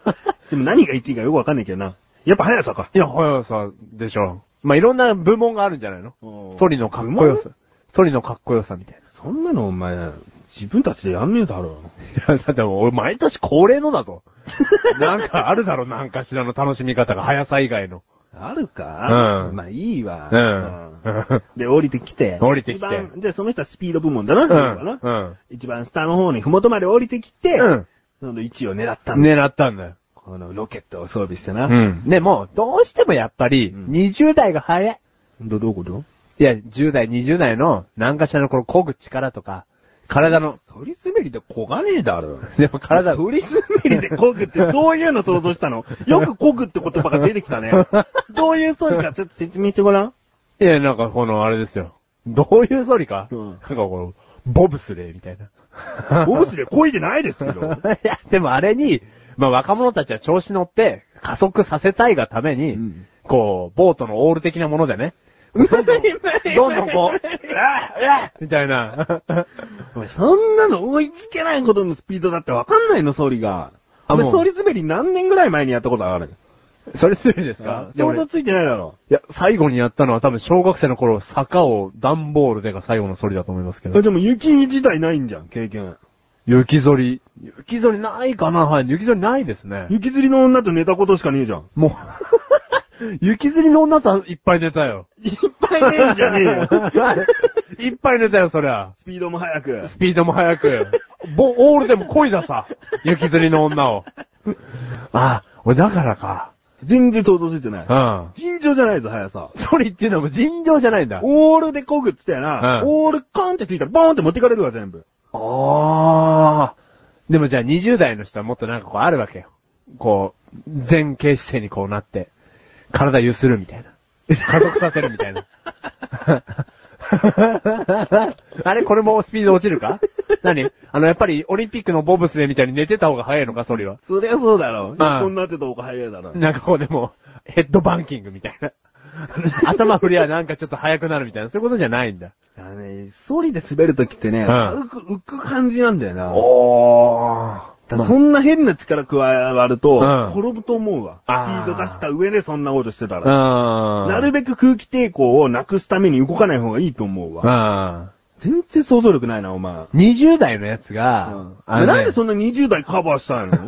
でも何が1位かよくわかんないけどな。やっぱ速さか。
いや、速さでしょ。まあ、いろんな部門があるんじゃないのソリのかっこよ
う
さ。ソリのかっこよさみたい
まい。そんなのお前、自分たちでやんねえだろ。
な。い や、だってもう、俺毎年恒例のだ ぞ。なんかあるだろ、なんかしらの楽しみ方が、速さ以外の。
あるか
うん
まあいいわ。
うん
う。で、降りてきて。
降りてきて
一番で、その人はスピード部門だな、
う
要は
ん。
な
うん。
一番下の方に麓まで降りてきて、
うん。
その1位を狙ったんだ。
狙ったんだよ。
このロケットを装備してな。
うん。でも、どうしてもやっぱり、
うん
20代が早い。
ど、どういうこと
いや、10代、20代の、何かしらのこの漕ぐ力とか、体の、
ソリ滑りで焦がねえだろ。
でも体、
ソリ滑りで漕ぐってどういうの想像した のよく漕ぐって言葉が出てきたね。どういうソリかちょっと説明してごらん。
いや、なんかこの、あれですよ。どういうソリか、
うん
なんかこの、ボブスレーみたい な。
ボブスで漕いでないですけど。
いや、でもあれに、まあ若者たちは調子乗って、加速させたいがために、
うん
こう、ボートのオール的なもので ね、どんどん、どんどんこう、うわうわみたい な。
お前そんなの追いつけないほどのスピードだってわかんないの、ソリが。
あ
お前
もう
ソリ滑り何年ぐらい前にやったことある
それするんですか
想像
い
ついてないだろ。
や、最後にやったのは多分小学生の頃、坂を段ボールでが最後のソリだと思いますけど
え。でも雪自体ないんじゃん、経験。
雪ぞり。雪ぞりないかなはい。雪ぞりないですね。
雪釣りの女と寝たことしかねえじゃん。
もう、 雪釣りの女といっぱい出たよ。
いっぱいねえじゃねえよ。
いっぱい出たよ、そりゃ。
スピードも速く。
スピードも速く。ボ、オールでも恋ださ。雪釣りの女を。 あ、俺だからか。
全然想像ついてない。
う
尋常じゃないぞ、速さ。
ん。ソリっていうのはもう尋常じゃないんだ。
オールでこぐっつったよな。
うん
オールカーンってついたらボーンって持ってかれるわ、全部。
あー。でもじゃあ20代の人はもっとなんかこうあるわけよ。こう、前傾姿勢にこうなって、体揺するみたいな。加速させるみたいな。 あれこれもスピード落ちるか何あの、やっぱりオリンピックのボブスレーみたいに寝てた方が早いのか、ソリは。
そりゃそうだろ。
まあ
こんなってた方が速いだろ。
なんかこうでも、ヘッドバンキングみたい な。頭振りはなんかちょっと速くなるみたいな、そういうことじゃないんだ。
あのね、ソリで滑るときってね、
ん
軽く浮く感じなんだよな。
おー。
だからそんな変な力加わると、
うん
転ぶと思うわ。スピ
あー
ード出した上でそんなことしてた
う
ら。
ん。
なるべく空気抵抗をなくすために動かない方がいいと思うわ。
うん。
全然想像力ないな、お前。
20代のやつ
う
が、
ん
あのね
なんでそんな20代カバーしたい の
違うん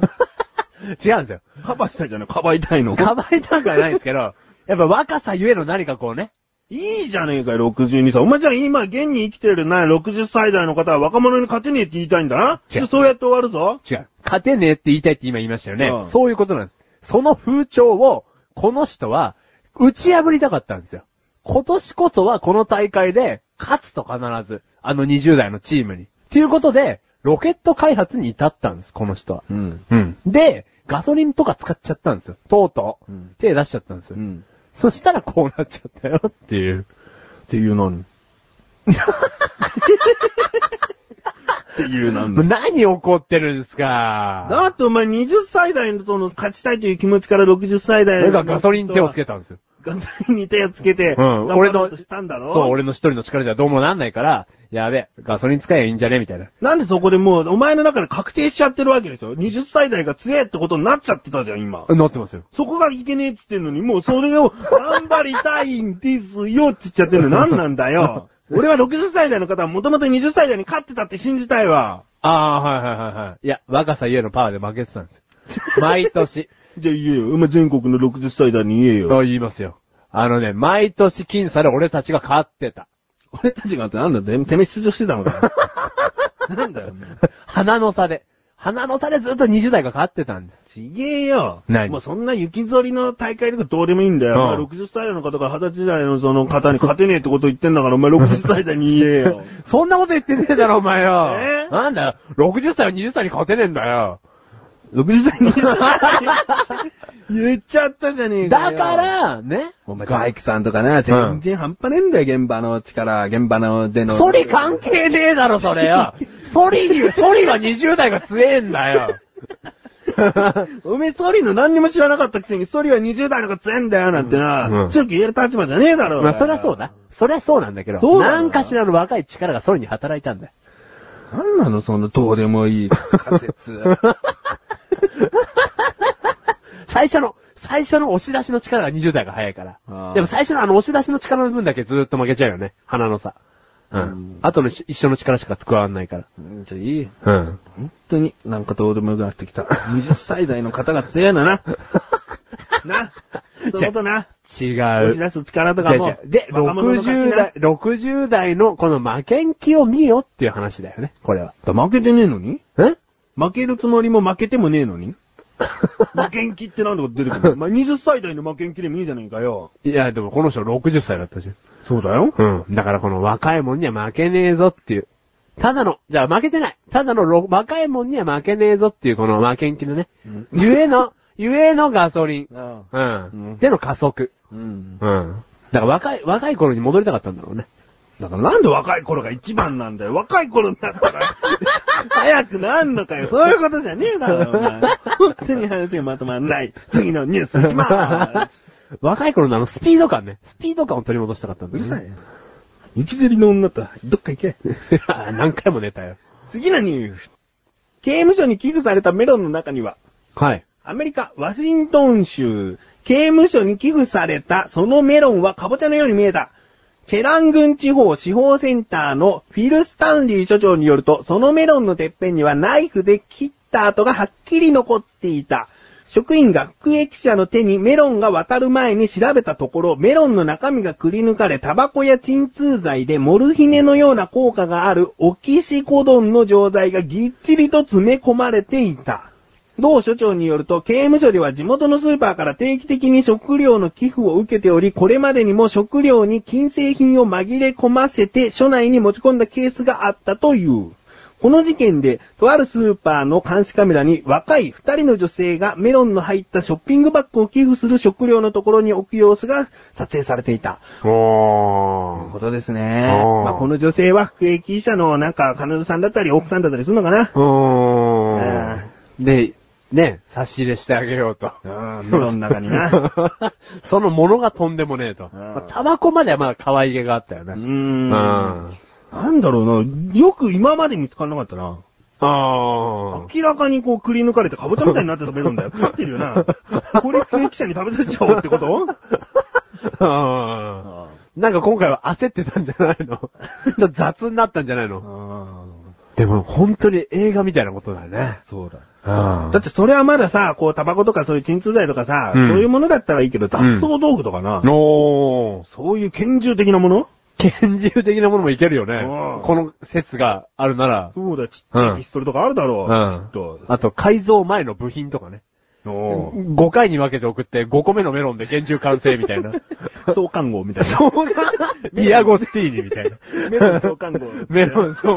ですよ。
カバーしたいじゃない、カバー痛いの。
かばいたくはないんですけど、やっぱ若さゆえの何かこうね。
いいじゃねえかよ、62歳。お前じゃあ今、現に生きてるな、60歳代の方は若者に勝てねえって言いたいんだな。
違う
でそうやって終わるぞ。
違う。勝てねえって言いたいって今言いましたよね。
うん
そういうことなんです。その風潮を、この人は、打ち破りたかったんですよ。今年こそはこの大会で、勝つと必ず、あの20代のチームに。ということで、ロケット開発に至ったんです、この人は。
うん。
うん。で、ガソリンとか使っちゃったんですよ。とうとう。
うん
手出しちゃったんですよ。
うん。
そしたらこうなっちゃったよっていう。
っていうのに。っていう な
もう何怒ってるんですか
だってお前20歳代のその勝ちたいという気持ちから60歳代
俺がガソリン手をつけたんですよ。
ガソリンに手をつけ て、
うん。俺の、
としたんだろ
そう、俺の一人の力じゃどうもなんないから、やべ、ガソリン使えばいいんじゃねみたいな。
なんでそこでもう、お前の中で確定しちゃってるわけでしょ ?20 歳代が強えってことになっちゃってたじゃん、今。
なってますよ。
そこがいけねえっつってんのに、もうそれを頑張りたいんですよっつっちゃってるの何なんだ よ。俺は60歳代の方はもともと20歳代に勝ってたって信じたいわ。
ああ、はいはいはいはい。いや、若さゆえのパワーで負けてた んですよ。毎年。
じゃあ言えよ。お前全国の60歳代に言え
そ
よ。
う言いますよ。あのね、毎年僅差で俺たちが勝ってた。
俺 たちがってなんだてめえ出場してたのかよ。なんだよ、
鼻の差で。花の種ずっと20代が勝ってたんです。
ちげえよ。
何
もうそんな雪ぞりの大会とかどうでもいいんだよ。
うん
まあ60歳代の方が20歳代のその方に勝てねえってこと言ってんだ から、お前60歳代に言えよ。
そんなこと言ってねえだろ、お前よ。
え
なんだよ、60歳は20歳に勝てねえんだよ。
60歳に 言っちゃったじゃねえか
だ
よ。
か、ら、ね。
お前、ガイクさんとかな、全然半端ねえんだよ、現場の力、現場のでの。
ソリ関係ねえだろ、それ よ。ソリに、ソリは20代が強えんだよ。
おめえソリの何にも知らなかったくせに、ソリは20代の子強えんだよ、なんて
うんう
な、
ん
強く言える立場じゃねえだ ろ。
まあ、そりゃそうだ。。そりゃそうなんだけど。
そうだよ
なんかしらの若い力がソリに働いたんだよ。
なんなの、その、どうでもいい仮説。
最初の、最初の押し出しの力が20代が早いから
あー。
でも最初のあの押し出しの力の分だけずーっと負けちゃうよね。鼻のさ。う。
うん
後の一緒の力しか加わんないから。
うんちょ、いい。
うん。
本当に、なんかどうでもよくなってきた。20歳代の方が強 いのな。な。そういうことな。
違
押し
う。
出す力とかも。
で、
若者の勝ち
60
な
代、。60代のこの負けん気を見よっていう話だよね、これは。
負けてねえのに
ん
負けるつもりも負けてもねえのに負けん気ってなんで出てくるのまあ、20歳代の負けん気でもいいじゃねえかよ。
いや、でもこの人60歳だったし。
そうだよ。
うん。だからこの若いもんには負けねえぞっていう。ただの、じゃあ負けてない。ただのろ若いもんには負けねえぞっていうこの負けん気のね。
うん
ゆえの、ゆえのガソリン。
ああ
うん。
うん
での加速。
うん。
うん。だから若い、若い頃に戻りたかったんだろうね。
だからなんで若い頃が一番なんだよ。若い頃になったら、早くなんのかよ。そういうことじゃねえだろ、お前。本当に話がまとまんない。次のニュース行きまーす。
若い頃のあのスピード感ね。スピード感を取り戻したかったんだよね。
い。雪競りの女と、どっか行け。
何回も寝たよ。
次のニュース。刑務所に寄付されたメロンの中には、
はい。
アメリカ、ワシントン州、刑務所に寄付されたそのメロンはカボチャのように見えた。チェラン郡地方司法センターのフィル・スタンリー所長によると、そのメロンのてっぺんにはナイフで切った跡がはっきり残っていた。職員が服役者の手にメロンが渡る前に調べたところ、メロンの中身がくり抜かれ、タバコや鎮痛剤でモルヒネのような効果があるオキシコドンの錠剤がぎっちりと詰め込まれていた。同所長によると、刑務所では地元のスーパーから定期的に食料の寄付を受けており、これまでにも食料に金製品を紛れ込ませて、署内に持ち込んだケースがあったという。この事件で、とあるスーパーの監視カメラに若い二人の女性がメロンの入ったショッピングバッグを寄付する食料のところに置く様子が撮影されていた。という
お
こ
ー。
とですね。
おー
まあ、この女性は服役者のなんか彼女さんだったり奥さんだったりするのかな。
お
ー
ー。で、ね、差し入れしてあげようと。
うん、メロンの中に な。
そのものがとんでもねえと。
うん
まあタバコまではまだ可愛げがあったよ
う。
ね。うんあ
なんだろうな、よく今まで見つかんなかったな。
あ。
明らかにこうくり抜かれてカボチャみたいになってたメロンだ よ。腐ってるよな。これ服役者に食べさせちゃおうってこと
ああなんか今回は焦ってたんじゃない のちょっと雑になったんじゃないのでも本当に映画みたいなことだね。
そうだ。
あ
だってそれはまださ、こうタバコとかそういう鎮痛剤とかさ、
うん
そういうものだったらいいけど、脱走道具とかな、
おー。
そういう拳銃的なもの
拳銃的なものもいけるよね
うん。
この説があるなら。
そうだ、ちっちゃいピストルとかあるだろ
うん
う、きっ
あと改造前の部品とかね。
と。
5回に分けて送って5個目のメロンで拳銃完成みたいな。
相関号みたいな。
そうな、ディアゴスティーニみたいな。
メロン相関号。
メロン、そう、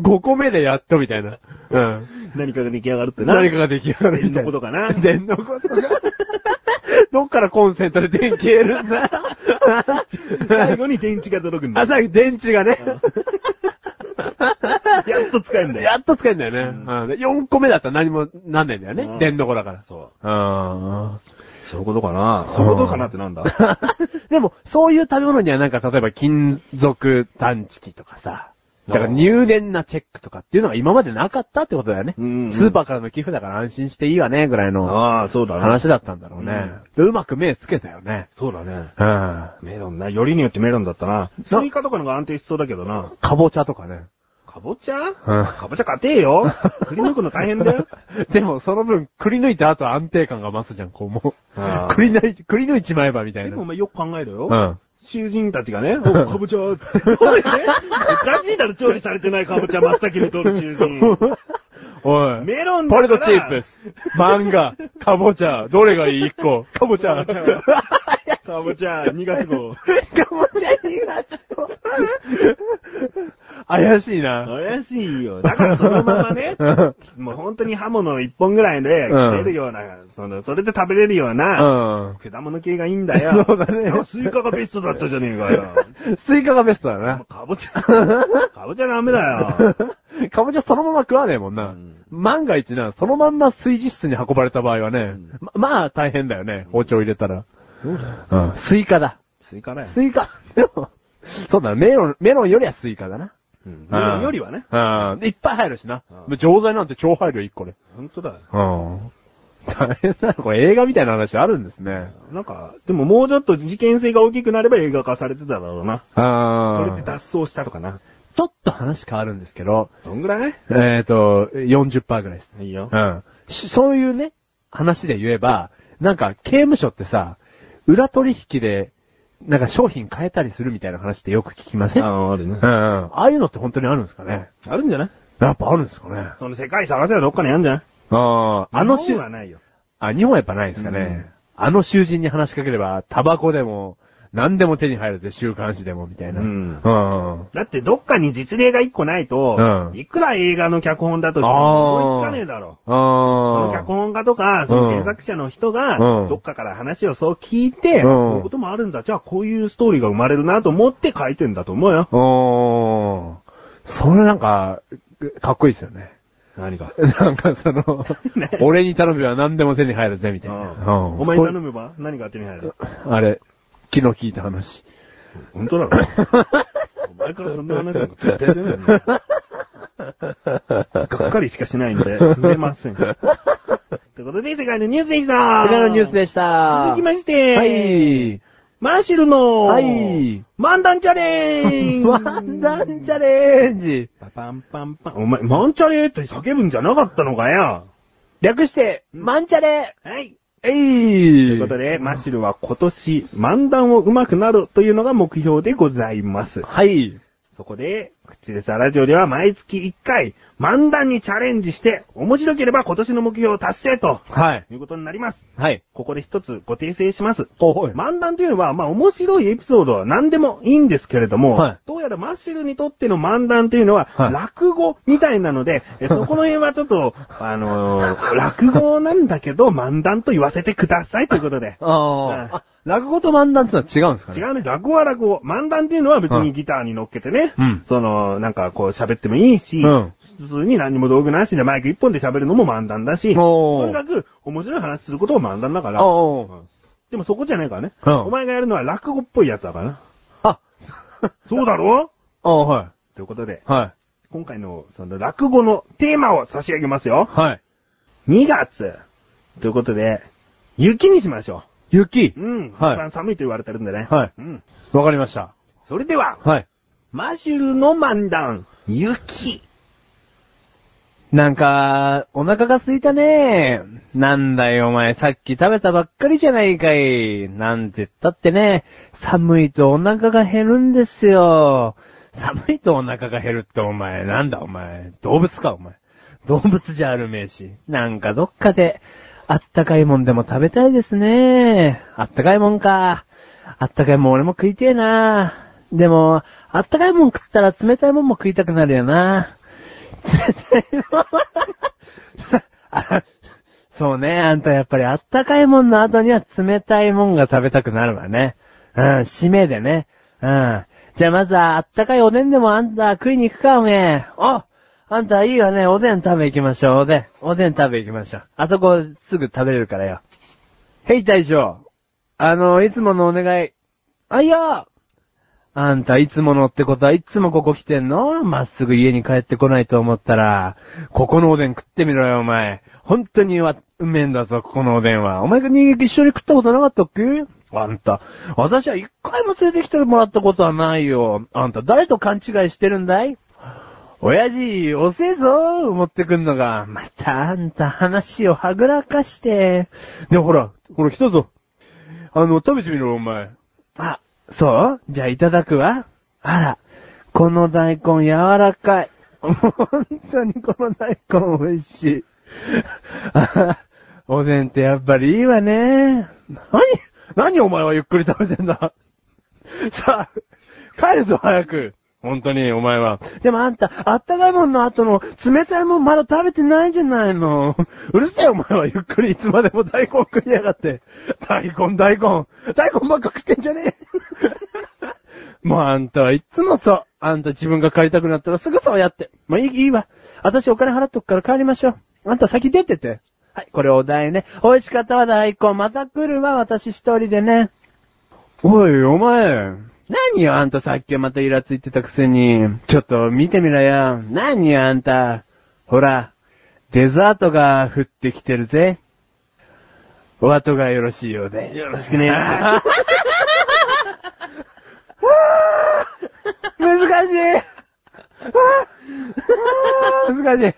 5個目でやっとみたいな。うん。
何かが出来上がるってな。
何かが出来上がるみたいな。
電のことかな
電のことか。どっからコンセントで電気得るんだ
最後に電池が届くんだ
あ、。さ電池がね、
やっと使えるんだ よ。
やっと使えるんだよね。うん、4個目だったら何もなんないんだよね。
うん
電の子だから。
そう。
うん。
そういうことかな
うん
そういうことかなってなんだ
でも、そういう食べ物にはなんか、例えば金属探知機とかさ、だから
うん
入念なチェックとかっていうのが今までなかったってことだよね。
うんうん
スーパーからの寄付だから安心していいわね、ぐらいの
ああ、そうだね。
話だったんだろうね。でうまく目つけたよね。
そうだね。
うん。
メロンな。よりによってメロンだったな。スイカとかのが安定しそうだけどな。
かぼちゃとかね。
かぼちゃ
うん
かぼちゃ買てえよ。くり抜くの大変だよ。
でも、その分、くり抜いた後安定感が増すじゃん、こうも
あ
う。
ー
くり抜い、くり抜いちまえばみたい
で
な。
もお前よく考えろよ。
うん。
囚人たちがね、おかぼちゃっつって。おいねおかしいだろ、調理されてないかぼちゃ真っ先に取る囚人。
おい。
メロンだ
ポ
か
テ
ら
トチップス、漫画、かぼちゃ、どれがいい一個。かぼちゃ。
かぼちゃかぼちゃ、2月号。
ちゃ2月号。
怪しいな。
怪しいよ。だからそのままね、もう本当に刃物1本ぐらいで食れるような、その、それで食べれるよう
う
な、
ん。
果物系がいいんだよ。
そうだね
いやスイカがベストだったじゃねえ かよ。
スイカがベストだ
も
な
う。かぼちゃ、かぼちゃダメだよ。
かぼちゃそのまま食わねえもんな。
うん
万が一な、そのまんま炊事室に運ばれた場合はね、
ん
ままあ大変だよね、包丁入れたら。
そうだよ。
うん。スイカだ。
スイカだよ。
スイカ。 でもそうだ、メロン、メロンよりはスイカだな。
うん
うん
よりはね。。
うん。でいっぱい入るしな
うん。
もう錠剤なんて超入るよ、一個で。
本当だよ。
うん。大変だな、これ映画みたいな話あるんですね。
なんか、でももうちょっと事件性が大きくなれば映画化されてただろうな。それ
あ
で
あ。
脱走したとかな。
ちょっと話変わるんですけど、
どんぐらい
えっ、ー、と、40%ぐらいです。
いいよ
う。ん。しそういうね、話で言えば、なんか刑務所ってさ、裏取引で、なんか商品変えたりするみたいな話ってよく聞きませんうんうん。
あ、あるね。
ああいうのって本当にあるんですかね
あるんじゃない
やっぱあるんですかね
その世界探せばどっかにあるんじゃない
ああ、あの
日
囚
本、はないよ。
あ、日本はやっぱないですか
う
ね
ん。
あの囚人に話しかければ、タバコでも、何でも手に入るぜ、週刊誌でも、みたいな。
うん
うん。
だってどっかに実例が一個ないと、
うん
いくら映画の脚本だとして
あー
も思いつかねえだろ。その
あ
脚本家とか、その原作者の人が、
うん
どっかから話をそう聞い
ん
て、こういうこともあるんだ。じゃあこういうストーリーが生まれるなと思って書いてんだと思うよ。
あ。うん。それなんか、かっこいいですよね。
何か。
なんかそ の、俺に頼めば何でも手に入るぜ、みたいな。うん
お前に頼
そ
めば何が手に入る
うあれ、昨日聞いた話。
本当だろ。お前からそんな話なんか絶対出ないもんがっかりしかしないんで、出 ません。ということで、世界のニュースでした
世界のニュースでした。
続きまして、
はい。
マーシルの、
はい
漫談チャレン ジ
漫談チャレンジ。
パパンパンパン。お前、マンチャレって叫ぶんじゃなかったのかよ
略して、マンチャレ
はい。
えいと
ということで、マッシュルは今年、漫談を上手くなるというのが目標でございます。
はい。
そこで、口でさラジオでは毎月1回、漫談にチャレンジして、面白ければ今年の目標を達成と、
はい。
いうことになります。
はい。
ここで一つご訂正します。
おい。
漫談というのは、まあ面白いエピソードは何でもいいんですけれども、
はい
どうやらマッシュルにとっての漫談というのは、
はい
落語みたいなの で、えそこの辺はちょっと、あのー落語なんだけど漫談と言わせてくださいということで。
あ
うん
ーあ。落語と漫談ってのは違うんですかね
違うね、落語は落語。漫談っていうのは別にギターに乗っけてね、
うん
その、なんかこう喋ってもいいし、
うん
普通に何も道具なしでマイク一本で喋るのも漫談だし、
お
と
ー
にかく面白い話することを漫談だから、
おうおう
うんでもそこじゃないからね、
うん
お前がやるのは落語っぽいやつだからな。
あ、
そうだろ
あは
ということで、
い。はい。
今回のその落語のテーマを差し上げますよ。
はい。
2月。ということで、雪にしましょ
雪
う。。うん。
はい
一番寒いと言われてるんでね。
はい
うん。
わかりました。
それでは、
はい。
マシュルの漫談、雪。
なんか、お腹が空いたね。なんだよお前、さっき食べたばっかりじゃないかい。なんて言ったってね、寒いとお腹が減るんですよ。寒いとお腹が減るってお前、なんだお前、動物かお前。動物じゃあるめえし。なんかどっかで、あったかいもんでも食べたいですね。あったかいもんか。あったかいもん俺も食いてえな。でも、あったかいもん食ったら冷たいもんも食いたくなるよな。冷たいもんあ そうね、あんたやっぱりあったかいもんの後には冷たいもんが食べたくなるわね。うん、締めでね。うん。じゃあまずはあったかいおでんでもあんた食いに行くか、おめえ。おあんたいいわね、おでん食べ行きましょう、おでん。おでん食べ行きましょう。あそこすぐ食べれるからよ。へい大将。あの、いつものお願い。あいやあんたいつものってことはいつもここ来てんのまっすぐ家に帰ってこないと思ったら、ここのおでん食ってみろよ、お前。本当にわ、うめえんだぞ、ここのおでんは。お前が人間一緒に食ったことなかったっけあんた、私は一回も連れてきてもらったことはないよ。あんた誰と勘違いしてるんだい親父、遅えぞ、持ってくんのが。またあんた話をはぐらかして。でもほら、ほら来たぞ。あの、食べてみろ、お前。あ、そうじゃあいただくわ。あら、この大根柔らかい。本当にこの大根美味しい。 あおでんってやっぱりいいわね。何何お前はゆっくり食べてんだ。 さあ、帰るぞ早く。本当にお前は。でもあんた、あったかいもんの後の冷たいもんまだ食べてないじゃないの。うるせえお前はゆっくりいつまでも大根食いやがって。大根大根。大根ばっか食ってんじゃね え。もうあんたはいつもそう。あんた自分が帰りたくなったらすぐそうやって。もういい、いいわ。私お金払っとくから帰りましょう。あんた先出てて。はい、これお題ね。美味しかったわ大根。また来るわ、私一人でね。おい、お前。何よ、あんたさっきまたイラついてたくせに。ちょっと見てみろよ。何よ、あんた。ほら、デザートが降ってきてるぜ。お後がよろしいようで。よろしくね。難しい難しい。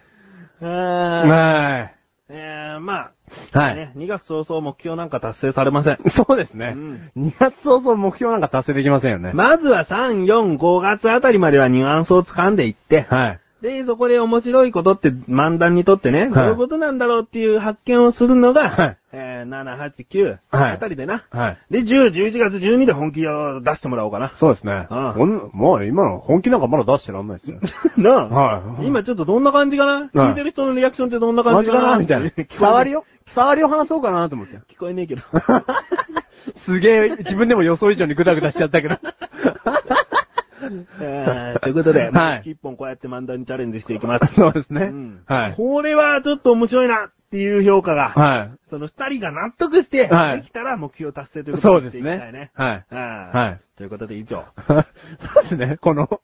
あ
はい。
ーえー、まあ、
はい
ね、2月早々目標なんか達成されません。
そうですね。
うん
2月早々目標なんか達成できませんよね。
まずは3、4、5月あたりまではニュアンスを掴んでいって、
はい。
で、そこで面白いことって漫談にとってね、どういうことなんだろうっていう発見をするのが、
はい
えー、7、8、9
はい
あたりでな。
はい。
で、10、11月12で本気を出してもらおうか な。
そうですね。
うん
ほんもう今の本気なんかまだ出してらんないです よ。
なあ、
はい
今ちょっとどんな感じかな、聞いてる人のリアクションってどんな感
マジ
じか
か
な。
なみたいな
聞
触
こえね
りを触りを話そうかなと思って。
聞こえねえけど。
すげえ、自分でも予想以上にグダグダしちゃった けど。
えーということで、
はい
一本こうやって漫談にチャレンジしていきます。
そうですね。
うん
はい。
これはちょっと面白いなっていう評価が、
は
その二人が納得して、
はい
できたら目標達成という
い。
こと
そう
に
で
して
す
いきたいね
ね。。はい。
は
はい
い。ということで以上。
そうですね。この、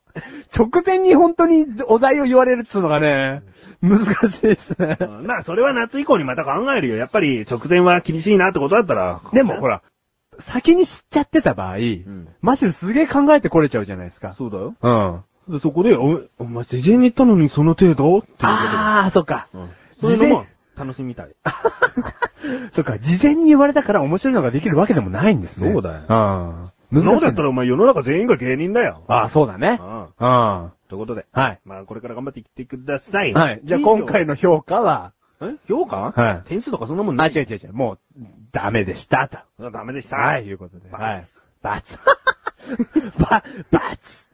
直前に本当にお題を言われるっつうのがね、難しいですね。
うんまあ、それは夏以降にまた考えるよ。やっぱり直前は厳しいなってことだったら。
でもほら、先に知っちゃってた場合、
ん
マシュルすげえ考えてこれちゃうじゃないですか。
そうだよ。
うん。
でそこで、お、お前、事前に言ったのにその程度っていうことで
ああ、そっか。
うんそういうのも楽しみたい。
そっか、事前に言われたから面白いのができるわけでもないんですね。
そうだよ
うん。
そう
難しい
だ
ね
ったらお前世の中全員が芸人だよ。
ああ、そうだね。
うん
うん。は
ということで。
い。
まあ、これから頑張っていってください。
はい。じゃあ今回
の。
の評価は、
え評価
はい
点数とかそんなもん
あ、
ない。
違う違う違う、もう、ダメでした、と。
あ、ダメでした。
はい、いうことで。
バツ
はい。バツ。 ば、バツ。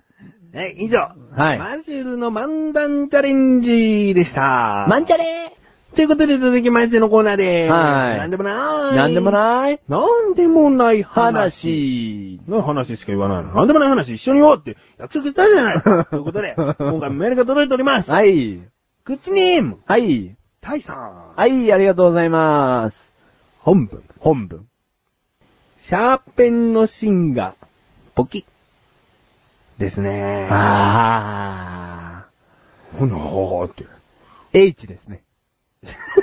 え、以上。
はい
マシュルの漫談チャレンジでした。
マンチ
ャ
ャレ
ということで続きましてのコーナーでーす。
はい
なんでもなー
ー
い。
なんでも
い。
ない
なんでもない話。
話。
の話しか言わないの。なんでもない話一緒に言おうって約束したじゃない ということで、今回メールが届いております。
はい。
クッチネーム、
はい。
タイさん。
はい、ありがとうございます。
本文。
本文。
シャーペンの芯が、ポキッ。ですねー。
あ
ほなーって。
ー。H ですね。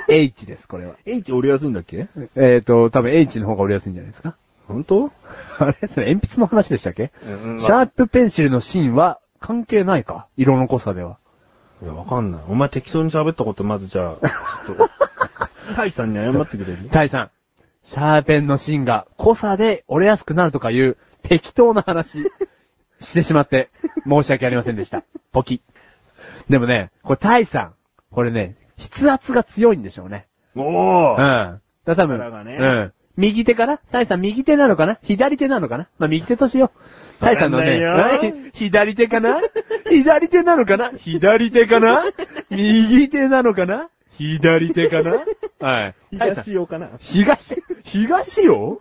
H です、これは。
H 折りやすいんだっけ
えーと、多分 H の方が折りやすいんじゃないですか。
本当
あれそれ鉛筆の話でしたっけ
うん
シャープペンシルの芯は関係ないか色の濃さでは。
いや、わかんない。お前適当に喋ったこと、まずじゃあ、ちょっと、 タイさんに謝ってくれる
タイさん、シャーペンの芯が濃さで折れやすくなるとかいう適当な 話してしまって申し訳ありませんでした。ポキ。でもね、これタイさん、これね、筆圧が強いんでしょうね。
お
うん。だから多分、
力がね
うん。右手かなタイさん右手なのかな左手なのかなまあ、右手としよう。タイさんのね、
わかんないよ
はい 左手かな左手なのかな左手かな右手なのかな左手かなはい。タイさん
東用かな
東、東よ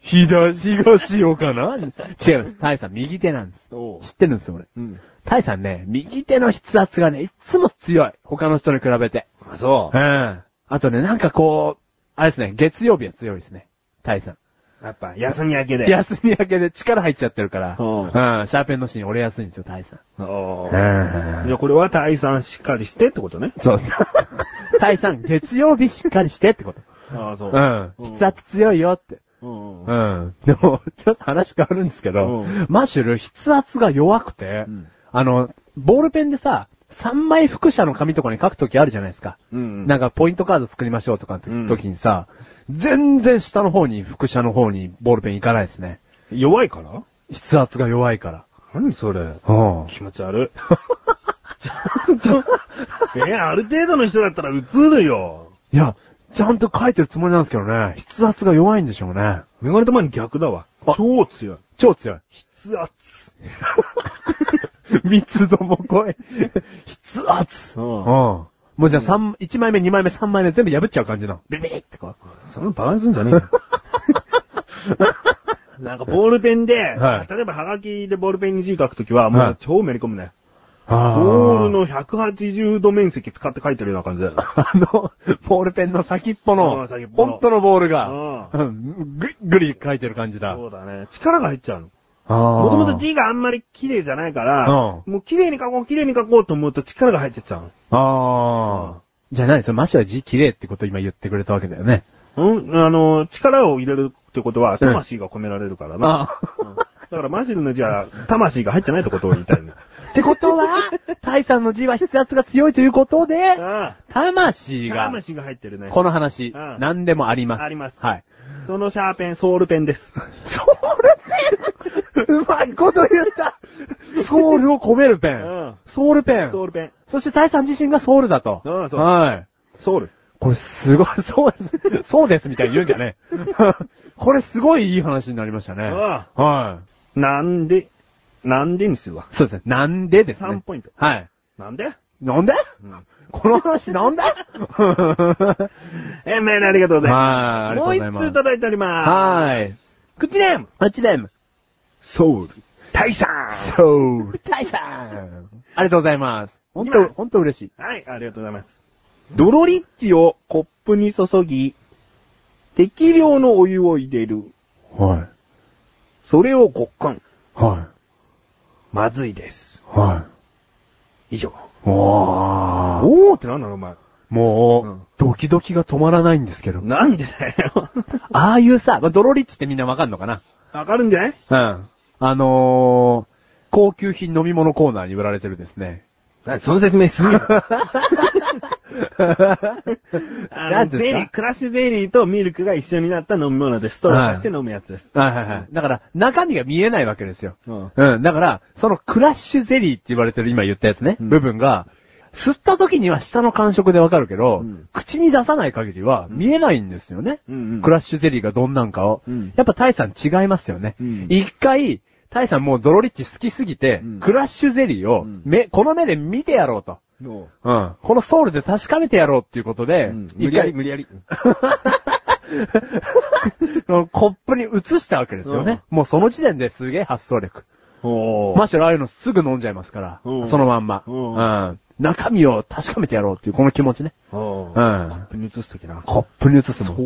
東、東よかな違います。タイさん右手なんです。
お
知ってるんですよ、俺。
うん。
タイさんね、右手の筆圧がね、いつも強い。他の人に比べて。
あ、そ
うん。あとね、なんかこう、あれですね、月曜日は強いですね。タイさん。
う。やっぱ、休み明けで。
休み明けで力入っちゃってるから、
うん
うん、シャーペンの芯折れやすいんですよ、タイさん。
おー
う
じゃあ、これはタイさんしっかりしてってことね。
そう。タイさん、月曜日しっかりしてってこと。
ああ、そうう。
ん。
うん
筆圧強いよって。
う
う
ん。うん。
ん。でも、ちょっと話変わるんですけど、
うん
マッシュル、筆圧が弱くて、
うん
あの、ボールペンでさ、3枚複写の紙とかに書くときあるじゃないですか。
うん。
なんかポイントカード作りましょうとかって時にさ、全然下の方に、副写の方にボールペン行かないですね。
弱いから
筆圧が弱いから。
何それ。
うん。
気持ち悪い。えある程度の人だったら映るよ。
いや、ちゃんと書いてるつもりなんですけどね、筆圧が弱いんでしょうね。
メガネたまに逆だわ。
あ
超強い。
超 強い。
筆圧。
密度も濃い。筆圧。
うん
うん。もうじゃあ三、一枚目、二枚目、三枚目全部破っちゃう感じの。ビビリってこう。
そのバカにすんじゃねえよ。 なんかボールペンで、
はい
例えばハガキでボールペンに字書くときは、も
は
う
い
超めり込むね。
あ
ボール。の180度面積使って書いてるような感じだよ。
あの、ボールペンの先っぽ
うん
の、
先っぽの
本当のボール
うん
が、うんぐりぐり書いてる感じだ。
そうだね。力が入っちゃうの。
ああ。
もともと字があんまり綺麗じゃないから、
う
もう綺麗に書こう、綺麗に書こうと思うと力が入ってっちゃうの。
ああ。じゃあ何それマシは字綺麗ってことを今言ってくれたわけだよね。
うん、あの、力を入れるってことは、魂が込められるからな。
あ
うんだからマジルの字は、魂が入ってないってことを言いたいんだ。
あ。ってことは、タイさんの字は筆圧が強いということで、
あ
魂
あ
が、
魂が入ってるね。
この話、
うん
何でもあります。
あります
はい。
そのシャーペン、ソウルペンです。
ソウルペンうまいこと言ったソウルを込めるペン。
うん
ソウルペン。
ソウルペン。
そしてタイさん自身がソウルだと。
うんそう
はい。
ソウル。
これすごい、そうです、そうですみたいに言うんじゃね え。これすごいいい話になりましたね。
う
はい。
なんで、なんでにするわ。
そうですね。なんでですね。
3ポイント
はい。
なんで
なんで、
ん
この話 なんで
えー、メールありがとうござい
はいあ
ます。
りがとう
もう
ございます
一通いただいております。
はい。
口ネーム、
8レーム。
ソウル、タイさん。
ソウル、タイさん。ありがとうございます。本
いきま
当
す
本当嬉しい。
はい、ありがとうございます。ドロリッチをコップに注ぎ、適量のお湯を入れる。
は
それをごっくん。
い。は
まずいです。
い。は
以上。
い。おー。
おーってなんなのお前。
もう、
うん
ドキドキが止まらないんですけど。
なんでだ よ。
ああいうさ、まあ、ドロリッチってみんなわかんのかな
わかるんじゃな
う
い
ん。あのー、高級品飲み物コーナーに売られてるです ね。
なその説明する あ
な
の、
ん
ゼ
ですか
リー、クラッシュゼリーとミルクが一緒になった飲み物です。ストロー出して飲むやつです。
はいはいはい。だから、中身が見えないわけですよ。
うん
うん。だから、そのクラッシュゼリーって言われてる今言ったやつね、
うん
部分が、吸った時には下の感触でわかるけど、
うん
口に出さない限りは見えないんですよね。
うんうん
クラッシュゼリーがどんなんかを。
うん
やっぱタイさん違いますよね。
うん
一回、タイさんもうドロリッチ好きすぎて、
うん
クラッシュゼリーを
うん
目、この目で見てやろうと。
の
うん。このソウルで確かめてやろうっていうことで、
無
一
理やり、
回
無理やり。
コップに移したわけですよね。もうその時点ですげえ発想力。
お
マシュラああいうのすぐ飲んじゃいますから、
うん
そのまんま、
うん
うん中身を確かめてやろうっていうこの気持ちね。
お
う
ーコ
ん
ッ。プに移すときな。
コップに移す もん。
ソ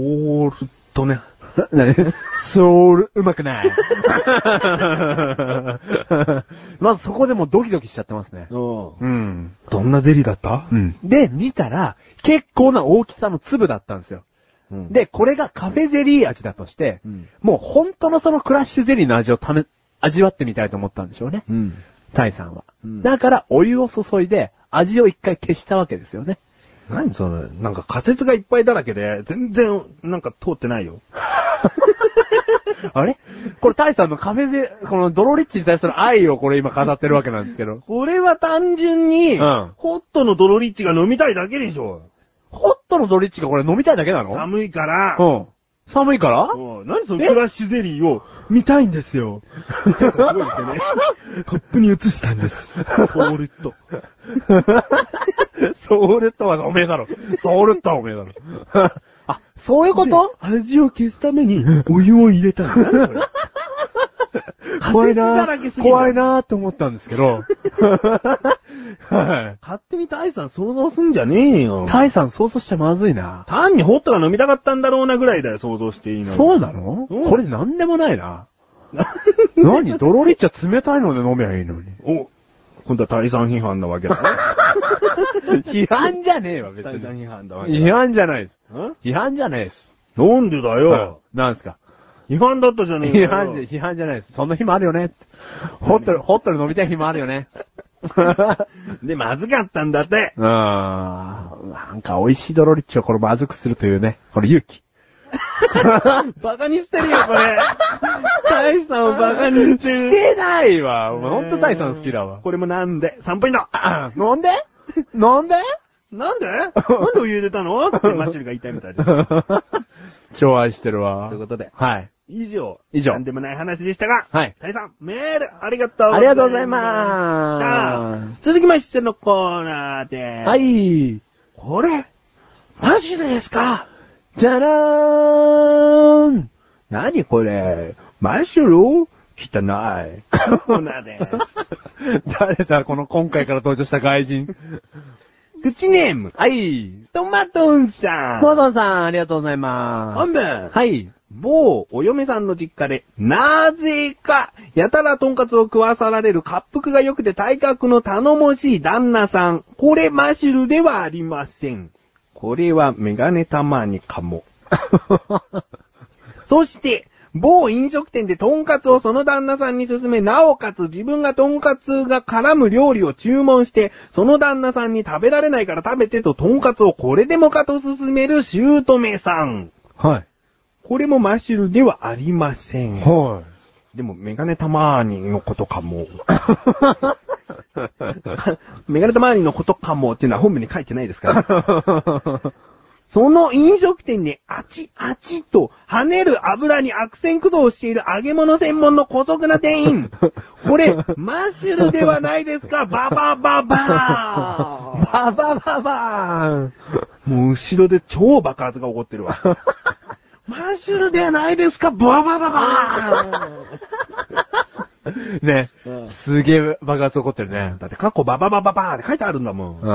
ールとね。
なソウル、うまくない。 まずそこでもうドキドキしちゃってますね。
ど
うん。
んなゼリーだった
うん。で、見たら、結構な大きさの粒だったんですよ。
うん、
で、これがカフェゼリー味だとして、
うん
もう本当のそのクラッシュゼリーの味をため、味わってみたいと思ったんでしょうね。
うん。
タイさんは。
うん
だから、お湯を注いで、味を一回消したわけですよね。
何それ、なんか仮説がいっぱいだらけで、全然、なんか通ってないよ。。
あれこれタイさんのカフェゼ、このドロリッチに対する愛をこれ今語ってるわけなんですけど
これは単純に、
うん
ホットのドロリッチが飲みたいだけでしょ。
ホットのドロリッチがこれ飲みたいだけなの
寒いから、
うん。寒いから
うん何そのクラッシュゼリーを見たいんですよ。すごいですよね。 コップに移したんです。ソールと。
ソウルットはおめえだろ。ソウルットはおめえだろ。あ、そういうこと
味を消すためにお湯を入れたんだ。何そ
怖
れ
い
仮説だ
な
らけすぎる
怖いなーって思ったんですけ ど。はい。
勝手にタイさん想像すんじゃねえよ。
タイさん想像しちゃまずいな。
単にホットが飲みたかったんだろうなぐらいだよ、想像していいの。
そうなの
うん
これなんでもない な。何ドロリッチは冷たいので飲めばいいのに。
お、今度はタイさん批判なわけだね。
批判じゃねえわ、別
タイさん
に。
批判だわけだ。
批判じゃないです。
ん
批判じゃないです。
なんでだよ。
なんですか
違反だったじゃねえか
批
よ。
判じゃ、批判じゃないです。そんな日もあるよね。ホットル、ホットル飲みたい日もあるよね。
で、まずかったんだって。
うーん。なんか美味しいドロリッチをこれまずくするというね。これ勇気。
バカにしてるよ、こ れ。タイさんをバカにして
し
る。
てないわ。お前ほんとタイさん好きだわ。
これもなんで、3ポイント。
あ飲んでなんで
なんでなんでお湯入れたのってマッシュルが言いたいみたい です。
超愛してるわ。
ということで
はい。
以上。
以上
なんでもない話でしたが。
はい
タイさん、メール、ありがとう
ありがとうございま
した続きましてのコーナーです。
は。い。
これ、マジですか
じゃらーん
なにこれ、マッシュル汚い。コーナーです。
誰だ、この今回から登場した外人。
口ネーム、
はい。
トマトンさん。
コードンさん、ありがとうございま
本
す。
文。
はい。
某お嫁さんの実家で、なぜか、やたらとんかつを食わさられる滑腹が良くて体格の頼もしい旦那さん。これマシルではありません。これはメガネたまにかも。そして、某飲食店でトンカツをその旦那さんに勧め、なおかつ自分がトンカツが絡む料理を注文して、その旦那さんに食べられないから食べてとトンカツをこれでもかと勧める姑さん。
は
これもマシュルではありませ
い。
ん。
は
でも、メガネたまーにのことかも。 メガネたまーにのことかもっていうのは本部に書いてないです から。
い。
その飲食店であちあちと跳ねる油に悪戦駆動している揚げ物専門の古速な店 員。これ、マシュルではないですかババババ
ババババーン
ーもう後ろで超爆発が起こってる わ。マシュルではないですかババババー
ね、
うん
すげえ爆発起こってるね。
だって過去バババババーって書いてあるんだもん。
う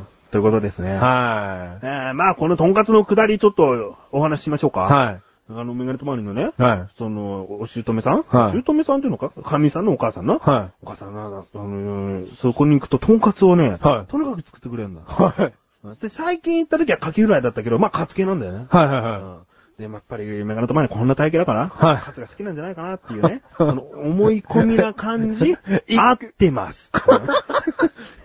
ん
ということですね。
は
えーまあ、このトンカツのくだりちょっとお話ししましょうか。
い。
い。
は
あの、メガネとマリのね、
い。はい。
その、お姑さん
はい
姑さんっていうのか神さんのお母さんな、
は
お母さんが、あのーそこに行くとトンカツをね、
はい
とにかく作ってくれるんだ
い。。はい。
で、最近行った時はカキフライだったけど、まあ、カツ系なんだよね。
はいはいうは
んで、まあやっぱり、メガネとマリこんな体型だから、
はい
カツが好きなんじゃないかなっていうね、その思い込みな 感じ、合ってます。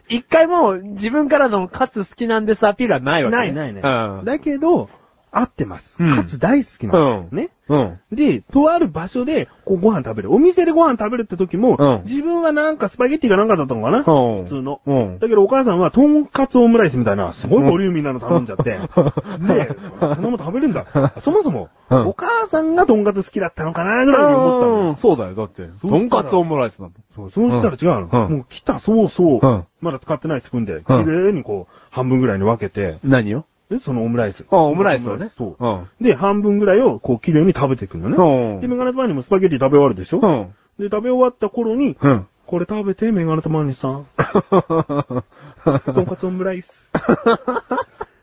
い。一回もう自分からのカツ好きなんですアピールはないわけ
ない
ね。
ないね。
うん。
だけど、合ってます。
うん
カツ大好きな
う
の、
ん
ね。
うん。
で、とある場所で、こうご飯食べる。お店でご飯食べるって時も、
うん
自分はなんかスパゲッティかなんかだったのかな、
うん
普通の。
うん。
だけどお母さんは、とんかつオムライスみたいな、すごいボリューミーなの頼んじゃって。
うん
ねえ、そんなもん食べる んだ。そもそも、
うん
お母さんがとんかつ好きだったのかなぐらいに思ったの
うん
よ。
そうだよ、だって。と
ら
んかつオムライスなんだ。
そう、そうしたら違うの。
うん
もう来たそうそ
う
う、
ん
まだ使ってないスプーンで、綺
うん
麗にこう、半分ぐらいに分けて、
何よ
で、そのオムライス。
あ、オムライスをね。
そう。
うん。
で、半分ぐらいをこう綺麗に食べていくのね。
うん
で、メガネとマニもスパゲティ食べ終わるでしょ、
うん。
で、食べ終わった頃に、
うん。
これ食べて、メガネとマニ さん。とんかつオムライス。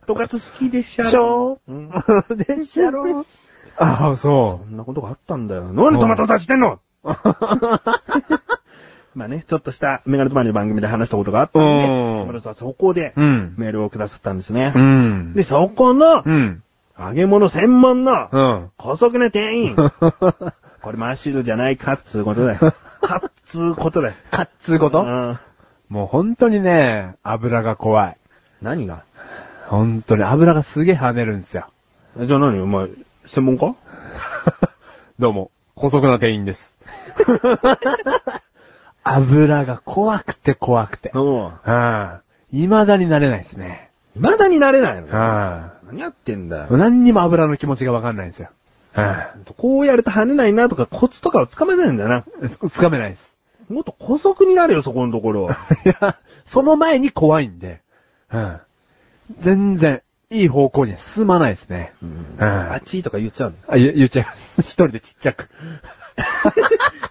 とんかつ好きでしゃろ。うん
でしろ ああ、そ
そんなことがあったんだよ。なんでトマトさして んのまあね、ちょっとしたメガネとマニの番組で話したことがあったんで、
うん
トマトさんそこで
う。うん。
メールをくださったんですね
う。ん。
で、そこの
う、ん。
揚げ物専門の、
うん。
高速な 店員。これマッシュルじゃないかっつうことだ よ。かっつうことだよ。
かっつうこ
う
と
ん。
もう本当にね、油が怖い。
何が
本当に油がすげえ跳ねるんですよ。
じゃあ何お前、専門家
どうも、高速な店員です。 油が怖くて怖くて。うん。
うん。
未だに慣れないですね。
未だになれないの
うん。
何やってんだよ。
何にも油の気持ちがわかんないんですよ。う
こうやると跳ねないなとかコツとかをつかめないんだよな。
ん。つつかめないです。
もっと古速になるよ、そこのところ。
いや、その前に怖いんで、うん。全然、いい方向には進まないですね。うん。
あ
あ
っ、ちとか言っちゃうの。
言言っちゃいます。一人でちっちゃく。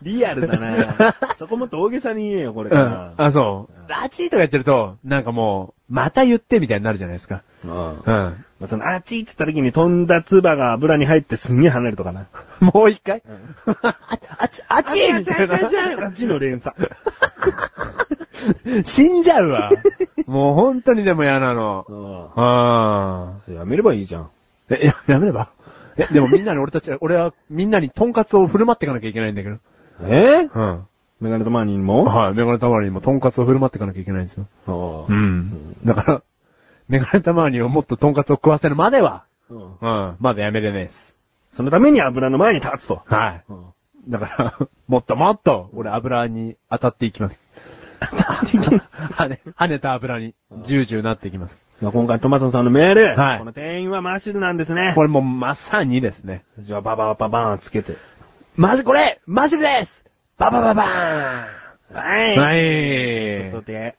リアルだ なそこもっと大げさに言えよ、これ
う
か
ん。
ら。
あ、そう。あっちとか言ってると、なんかもう、また言ってみたいになるじゃないですか。
うん。ま
うん。
あその、あっちって言った時に飛んだ唾が油に入ってすんげえ跳ねるとかな。
もう一回、
ん
あっち、あっち、あっ
あ
ちみたいな
あっちの連鎖。
死んじゃうわ。もう本当にでも嫌なの。あ
やめればいいじゃん。
あ。え、や、やめればえ、でもみんなに俺たち、俺はみんなにトンカツを振る舞っていかなきゃいけないんだけど。
えー
うん。
メガネとマーニーも
はい、メガネたまわりにもトンカツを振る舞っていかなきゃいけないんですよ。
う
う。ん。だから、メガネたまわりをもっとトンカツを食わせるまでは、
うん
うん、まだやめれないです。
そのために油の前に立つと。
はい。だから、もっともっと、俺油に当たっていきます。跳ね、跳ねた油に、ジュージューなっていきます。
まあ、今回トマトさんのメール。
はい
この店員はマシルなんですね
こ。れもうまさにですね。
じゃあ、ババババーンつけて。
マジこれマジですババババ
はい。
ーンはい
という
い
こ
あ
とで、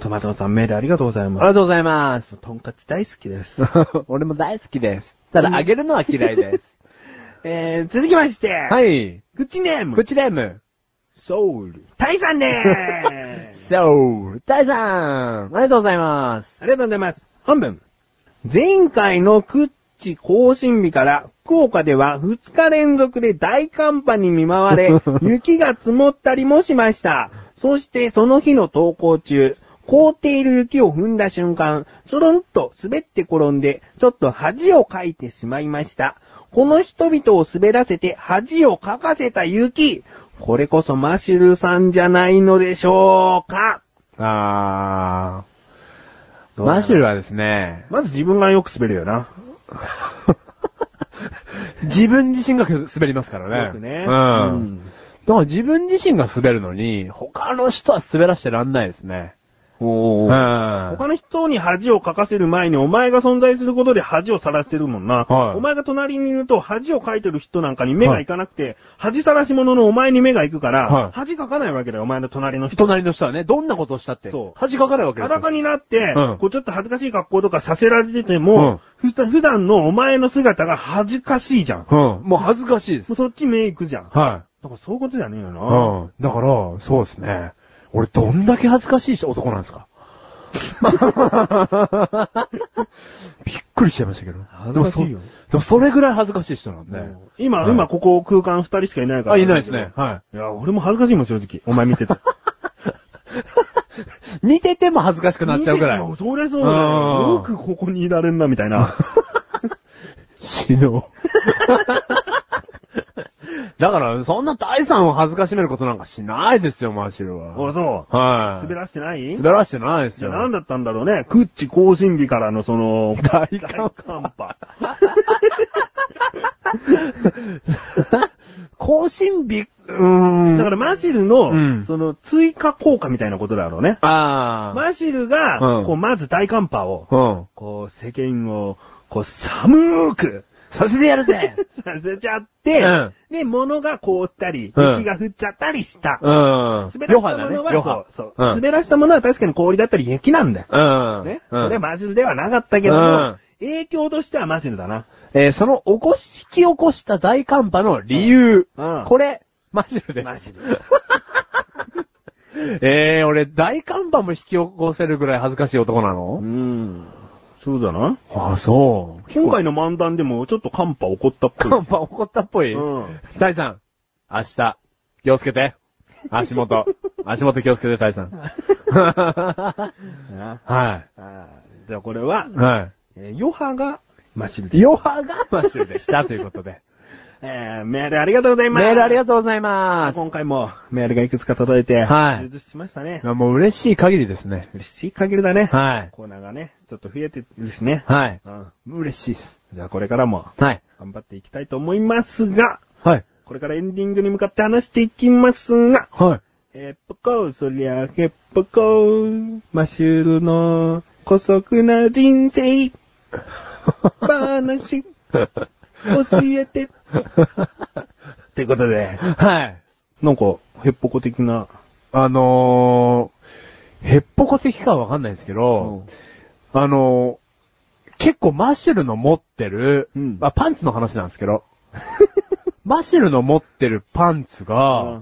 トマトさんメールありがとうござい
り
ま
がとうございます
す。。とんかつ大好きです。
俺も大好きです。ただ、あげるのは嫌いです。
えー、続きまして。。
はいい。
口ネーム。
プチレム。
ソウル。タイさ んです。
そう、大さんありがとうございます。
ありがとうございます。本文。前回のクッチ更新日から、福岡では2日連続で大寒波に見舞わ れ、雪が積もったりもしました。そしてその日の登校中、凍っている雪を踏んだ瞬間、ちょろっと滑って転んで、ちょっと恥をかいてしまいました。この人々を滑らせて恥をかかせた雪、これこそマシュルさんじゃないのでしょうか
あー。マシュルはですね、
まず自分がよく滑るよな。
自分自身が滑りますからね。
よくね。
うん。だから自分自身が滑るのに、他の人は滑らしてらんないですね。
お
う
ー
ん。
他の人に恥をかかせる前にお前が存在することで恥をさらしてるもんな。
はい
お前が隣にいると恥をかいてる人なんかに目がいかなくて、恥さらし者のお前に目がいくから、
はい
恥かかないわけだよ、お前の隣の人。
隣の人はね、どんなことをしたって、
そう
恥かかないわけですよ。
裸になって、
うん
こうちょっと恥ずかしい格好とかさせられてても、ふた普段のお前の姿が恥ずかしいじゃん。も
うん。もう恥ずかしいです
う。そっち目いくじゃん。だか
は
らそういうことじゃねえよな。
い。うん。だから、そうですね。俺、どんだけ恥ずかしいし男なんですか びっくりしちゃいましたけど。
恥ずかしい
で
よ
もそ。でもそれぐらい恥ずかしい人なんで。
うん今、
はい
今ここ空間二人しかいないから。
あ、いないですね。。はい
や、俺も恥ずかしいもん、正直。お前見てた。
い。見てても恥ずか しくなっちゃうぐらい
見。ててもそれそうだよ。
うん
よくここにいられんな、みたいな。
死のう。 だから、そんな大さんを恥ずかしめることなんかしないですよ、マーシルは。
あ、そう。
はい。
滑らしてない
滑らしてないです
じゃ
よ。
あ何だったんだろうね。クッチ更新日からのその、
大
大
寒
寒波。
更新日、うーん。
だから
ま、
マシル
う
の、
ん
その追加効果みたいなことだろうね。
ああ。
マシルが
う、ん
こう、まず大寒波を、
うん。
こう、世間を、こう、寒ーく、
させてやるぜ
させちゃって
うん、
で、物が凍ったり、
うん
雪が降っちゃったりした。
うん。
滑らしたものは、
余波
そ
だ
う
ね、
そう、
余波うん
滑らしたものは確かに氷だったり雪なんだよ。
うん。
ね。
うん
それはマジルではなかったけども、
うん
影響としてはマジルだな。
えーその起こし、引き起こした大寒波の理由。
うんうん
これ、マジで。
マジル。
えー、俺、大寒波も引き起こせるぐらい恥ずかしい男な
う
の、
ん。そうだな。
ああ、そう。
今回の漫談でもちょっと寒波起こったっぽい。
寒波起こったっぽい。
うん。
大さん、明日、気をつけて。足 元。足元気をつけて、大さん。は
あ
い。
あじゃあこれは、
は
えーヨハがマジル
い。
で。
余波がマシュルでしたということで。
えー、メールありがとうございま す。
メールありが
と
とうございます。
今回もメールがいくつか届いて、
はい
充実しましたね。
いやもう嬉しい限りですね。
嬉しい限りだね。
はい。
コーナーがね、ちょっと増えてるしね。
はい。
うん。
嬉しいっす。
じゃあこれからも
はい。
頑張っていきたいと思いますが、
はい。
これからエンディングに向かって話していきますが、
はい。
えっぽこ、そりゃへっぽこ、マシュルの古速な人生、話、教えて。ってことで、
はい。
なんか、へっぽこ的な。
あのー、ヘッポコ的かはわかんないですけど、あのー、結構マシュルの持ってる、
うん
あ、パンツの話なんです けど、マシュルの持ってるパンツが、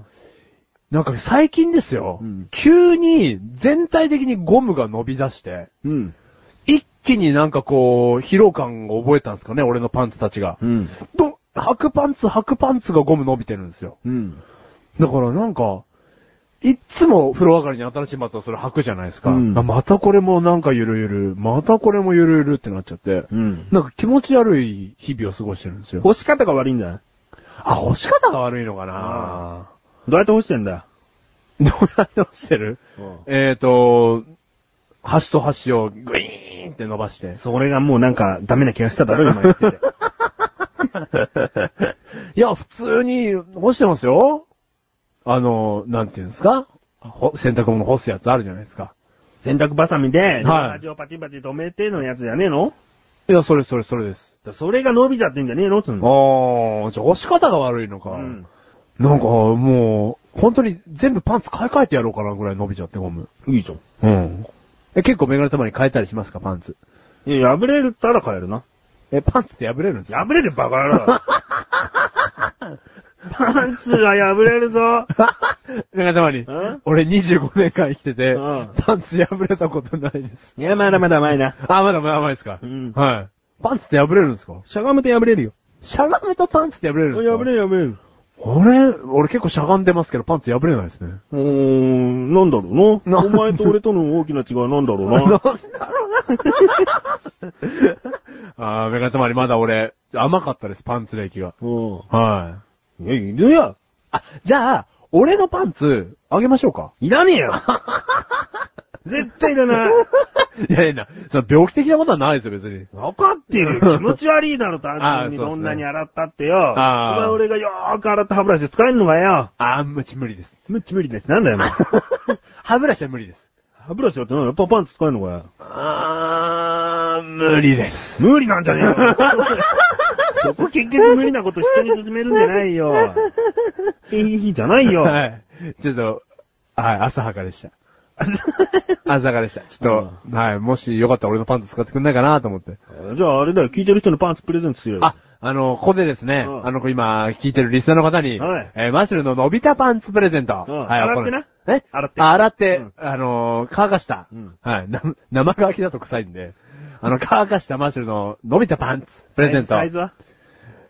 なんか最近ですよ、
うん
急に全体的にゴムが伸び出して、
うん。
一気になんかこう、疲労感を覚えたんですかね、俺のパンツたちが。
うん。
ど、白パンツ、白パンツがゴム伸びてるんですよ。
うん。
だからなんか、いっつも風呂上がりに新しい松をそれ履くじゃないですか。
うん
あまたこれもなんかゆるゆる、またこれもゆるゆるってなっちゃって、
うん。
なんか気持ち悪い日々を過ごしてるんですよ。
干し方が悪いんだよ。
あ、干し方が悪いのかな
どうやって干してんだ
どうやって干してるえーと、端と端をグイーンって伸ばして。
それがもうなんかダメな気がしただろ、今言ってて。
いや、普通に干してますよ。あの、なんていうんですかほ洗濯物干すやつあるじゃないですか。
洗濯バサミで、
はい
端をパチンパチン止めてのやつじゃねえの
いや、それそれそれです。
だそれが伸びちゃってんじゃねえのつう
あ
の。
ー、じゃあ押し方が悪いのか。
うん。
なんか、もう、本当に全部パンツ買い替えてやろうかなぐらい伸びちゃってゴム。
いいじゃん。
うん。え、結構メガネたまに変えたりしますか、パンツ。
いや、破れたら変えるな。
え、パンツって破れるんですか
破れるバカ野郎 パンツは破れるぞ。
メガネたまに
ん。
俺25年間生きてて
うん、
パンツ破れたことないです。
いや、まだまだ甘いな。
あ、まだまだ甘いですか
うん
はい。パンツって破れるんですか
しゃがむと破れるよ。
しゃがめとパンツって破れるんですか
破れる破れる。
俺、俺結構しゃがんでますけど、パンツ破れないですね。
うーん、なんだろうな。
な
お前と俺との大きな違いはなんだろうな。
あー、メガネたまにまだ俺、甘かったです、パンツ歴が。
う
はい。
ん。いや、いるよ。
あ、じゃあ、俺のパンツ、あげましょうか。
いらねえ よ。絶対いらない。
いやいやな、その病気的なことはないですよ、別に。
分かってる よ。気持ち悪いだろ、単純に
あーそうっすね
どんなに洗ったってよ。
あー
お前俺がよーく洗った歯ブラシ使えんのかよ。
あんまち無理 です。
無理無理です。なんだよ、お前
歯ブラシは無理です。
歯ブラシだってなんだよ。パパンツ使えんのかよ。
あー、無理です。
無理なんじゃねえ よ。そこ結局無理なこと人に勧めるんじゃないよ。いいじゃないよ。
はい。ちょっと、はい、浅はかで した。浅はかでした。ちょっと、はい、もしよかったら俺のパンツ使ってくんないかなと思って。
じゃああれだよ、聞いてる人のパンツプレゼントするよ。
あ、あの、ここでですね、
うん
あの、今、聞いてるリスナーの方に、
はい
えーマシュルの伸びたパンツプレゼント。
うん
はい、
洗ってな
これえ
洗って
あ洗って、
うん
あのー乾かした。
うん
はい、な、生乾きだと臭いんで、あの、乾かしたマシュルの伸びたパンツプレゼント。
サイズは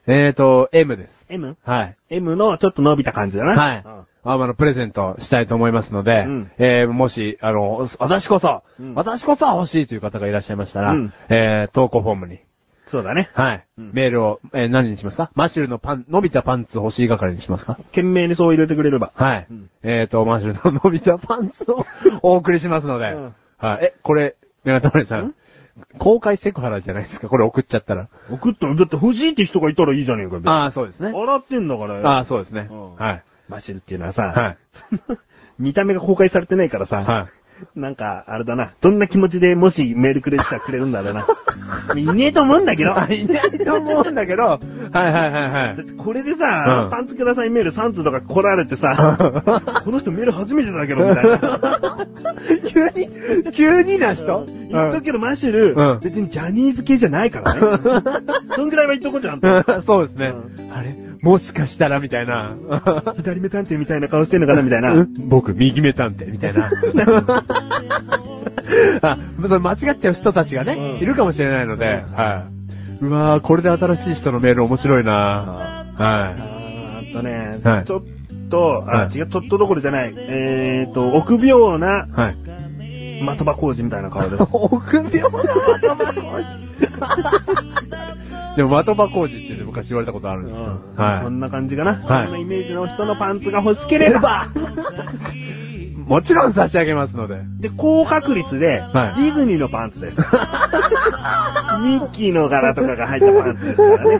えーと、M です。
?M?M
はい。
のちょっと伸びた感じだな。
はい。ああの、プレゼントしたいと思いますので、
うん
えーもし、あの、私こそ、
うん
私こそ欲しいという方がいらっしゃいましたら、
うん
えー投稿フォームに
そうだね。
はい。
うん
メールを、えー何にしますかマシュルのパン、伸びたパンツ欲しい係にしますか
懸命にそう入れてくれれば。
はい。
うん
えっ、ー、と、マシュルの伸びたパンツを お送りしますので。
うん
はい。え、これ、メガタマリさん。公開セクハラじゃないですかこれ送っちゃったら。
送ったのだって欲しいって人がいたらいいじゃねえか、別に
ああ、そうですね。
洗ってんだからよ。
ああ、そうですね。
うん
はい。
マシルっていうのはさ、
はい
その 見た目が公開されてないからさ、
は
なんか、あれだな、どんな気持ちでもしメールくれてたらくれるんだろうな。いねえと思うんだけど。
い。いないと思うんだけど、はいはいはいはい
だってこれでさ、
うん
パンツくださいメール3通とか来られてさ、この人メール初めてだけど、みたい な。。
急に、急にな人、
言っとくけど、マシュル、
うん
別にジャニーズ系じゃないからね。 そんぐらいは言っとこうじゃんと。
うん そうですね。
う
あれもしかしたらみたいな。
左目探偵みたいな顔してんのかな、みたいな。
僕、右目探偵みたいな。 あ、それ間違っちゃう人たちがね、
うん
いるかもしれないので、
うん
はい。うわー、これで新しい人のメール面白いなは
あーっとね、
はい
ちょっと、あ、
はい。
違う、ちょっとどころじゃない。えーと、臆病ない
はい。
的場工事みたいな顔です。
臆病な的場工事。でも、的場工事って、ね、昔言われたことあるんですよ。
そ
は
んな感じかな。
はい
そんなイメージの人のパンツが欲しければ、
い。もちろん差し上げますので。
で、高確率で、
はい
ディズニーのパン ツです。ミッキーの柄とかが入ったパンツですからね。うん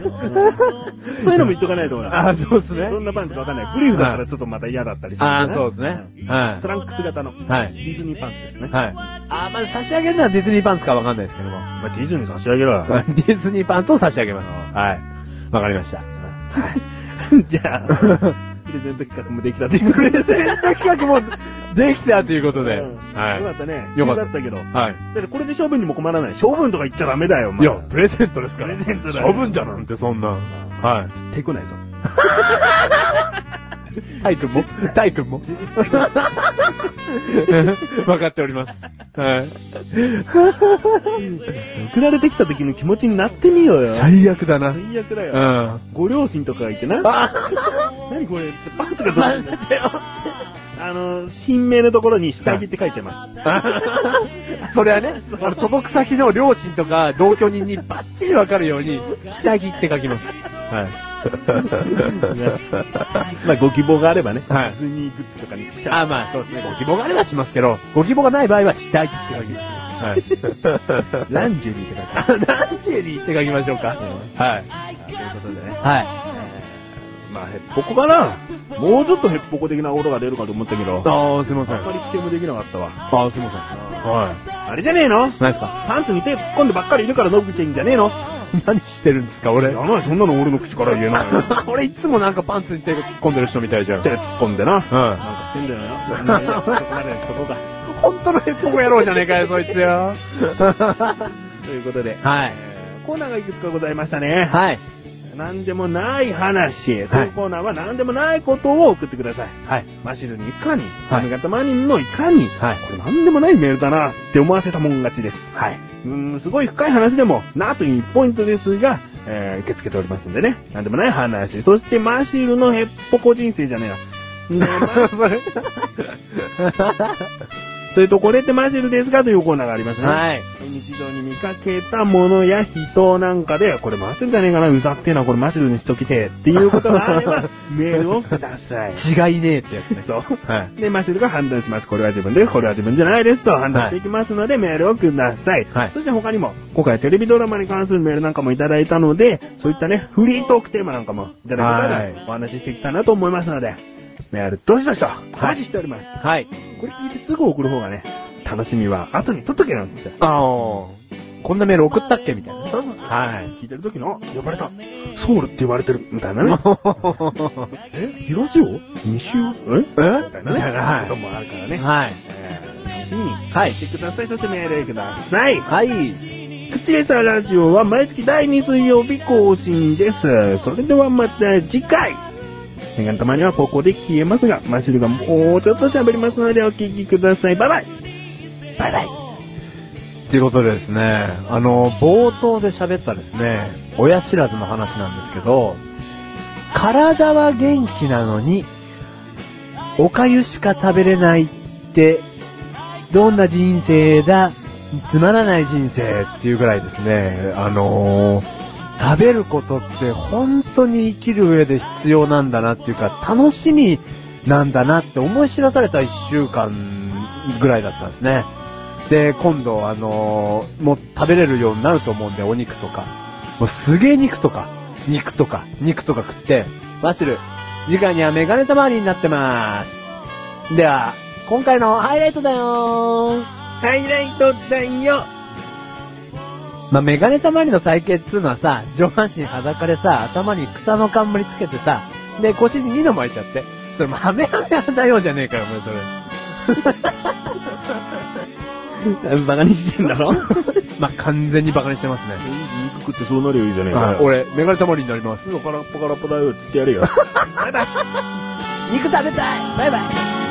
そういうのも言っとかないとほら。
あ、そうですね
ど。んなパンツかわかんない。ブリーフだったらちょっとまた嫌だったりする、
あ、そうですね。はい
ト。ランクス型の、
はい
ディズニーパンツですね。
はい。あー、まあ差し上げるのはディズニーパンツかわかんないですけども。
まあ、ディズニー差し上げろよ。
ディズニーパンツを差し上げます。はい。わかりました。
じゃあ、プレゼント企画もできたということで。
企画もできたということで。
うんよか
は
ったね。
よかった
よけど。
い。はい。
だってこれで処分にも困らない。処分とか言っちゃダメだよ、お
い
前。
や、プレゼントですから。
プレゼントだよ
処分じゃなんて、そんな。は
手こないぞ。
い。タイ君もタイ 君もわかっております。はい。
送られてきた時の気持ちになってみようよ。
最悪だな。う ん。
最悪だよ。
あ
ご両親とかがいてな。 何これってパンツがどうなあの、品名のところに下着って書い てます。
それはね、あの届く先の両親とか同居人にバッチリわかるように、下着って書きます。はい。
まあご希望があればね。
はい
ディズニーグッズとかに着ちゃ
あ、
う。
まあそうですね。ご希望があればしますけど、ご希望がない場合は下着って書きます。 はい。
ランジェリーとか
あランジェリーって書きましょうか。はい。
書いてあるということでね。
はい。
まあ、へっぽこかなもうちょっとへっぽこ的な音が出るかと思ったけど。
ああ、すいません。
あんまり否定もできなかったわ。
ああ、すいません。はい。
あれじゃねえの
何ですか
パンツに手突っ込んでばっかりいるから伸びてんじゃねえの
何してるんですか、俺。
やばい、そんなの俺の口から言えない。
俺いつもなんかパンツに手が 突っ込んでる人みたいじゃん。
手突っ込んでな。
うん。
なんかしてんだよ な。そこまでそこだ。
本当のヘッポコ野郎じゃねえかよ、そいつよ。
ということで、
はい。
えーコーナーがいくつかございましたね。
はい。
なんでもない話。
はい
このコーナーはなんでもないことを送ってください。
はい。
マシルにいかに、
はい
髪型マニンのいかに、
はい。
これなんでもないメールだなって思わせたもん勝ちです。
はい。
うーん、すごい深い話でもなというポイントですが、えー受け付けておりますんでね。なんでもない話。そしてマシルのヘッポコ人生じゃねえな。ねえ まあ
それ。
それとこれってマシルですかというコーナーがありますね。
はい。
日常に見かけたものや人なんかで、これマシルじゃねえかな、うざってえな、これマシルにしときて、っていうことがあれば、メールをください。
違いねえってやつね。
そう。
はい。
で、マシルが判断します。これは自分で、これは自分じゃないですと判断していきますので、メールをください。
はい
そして他にも、今回テレビドラマに関するメールなんかもいただいたので、そういったね、フリートークテーマなんかもいただけた
は
ら、お話ししていきたいなと思いますので、メールどしどしと、お
い
待ちしております。
はい。
これ聞いてすぐ送る方がね、楽しみは後に取っとけなんですよ。
あのー、こんなメール送ったっけみたい な。
そうそう
はい。
聞いてる時の、呼ばれた。ソウルって言われてる。みたいなね。え東よ西よえ
え
みたいなね。こ
は
ともあるからね
い。。はい。
えー楽しみに
はい。
してください。そしてメールください。
はい。
口レサラジオは毎月第2水曜日更新です。それではまた次回。メガネたまにはここで消えますが、マシルがもうちょっと喋りますのでお聞きください。バイバイ。バイバイ。
ということでですね、あの、冒頭で喋ったですね、親知らずの話なんですけど、体は元気なのに、おかゆしか食べれないって、どんな人生だ、つまらない人生っていうぐらいですね、あの食べることって本当に生きる上で必要なんだなっていうか、楽しみなんだなって思い知らされた一週間ぐらいだったんですね。で、今度、あのーもう食べれるようになると思うんで、お肉とか。もうすげえ肉とか、肉とか、肉とか食って、マッシュル、次回にはメガネたまわりになってまーす。では、今回のハイライトだよー。
ハイライトだよ。
まあ、メガネたまりの体型っつうのはさ、上半身裸でさ、頭に草の冠つけてさ、で、腰に二度巻いちゃって。それ、ハメハメだよじゃねえかよ、お前そ れ。バカにしてんだろまあ、完全にバカにしてますね。
肉食ってそうなりゃいいじゃねえ
はい、俺、メガネたまりになります。
のパラッパカラッパだよ。つってやるよ。
肉食べたいバイバイ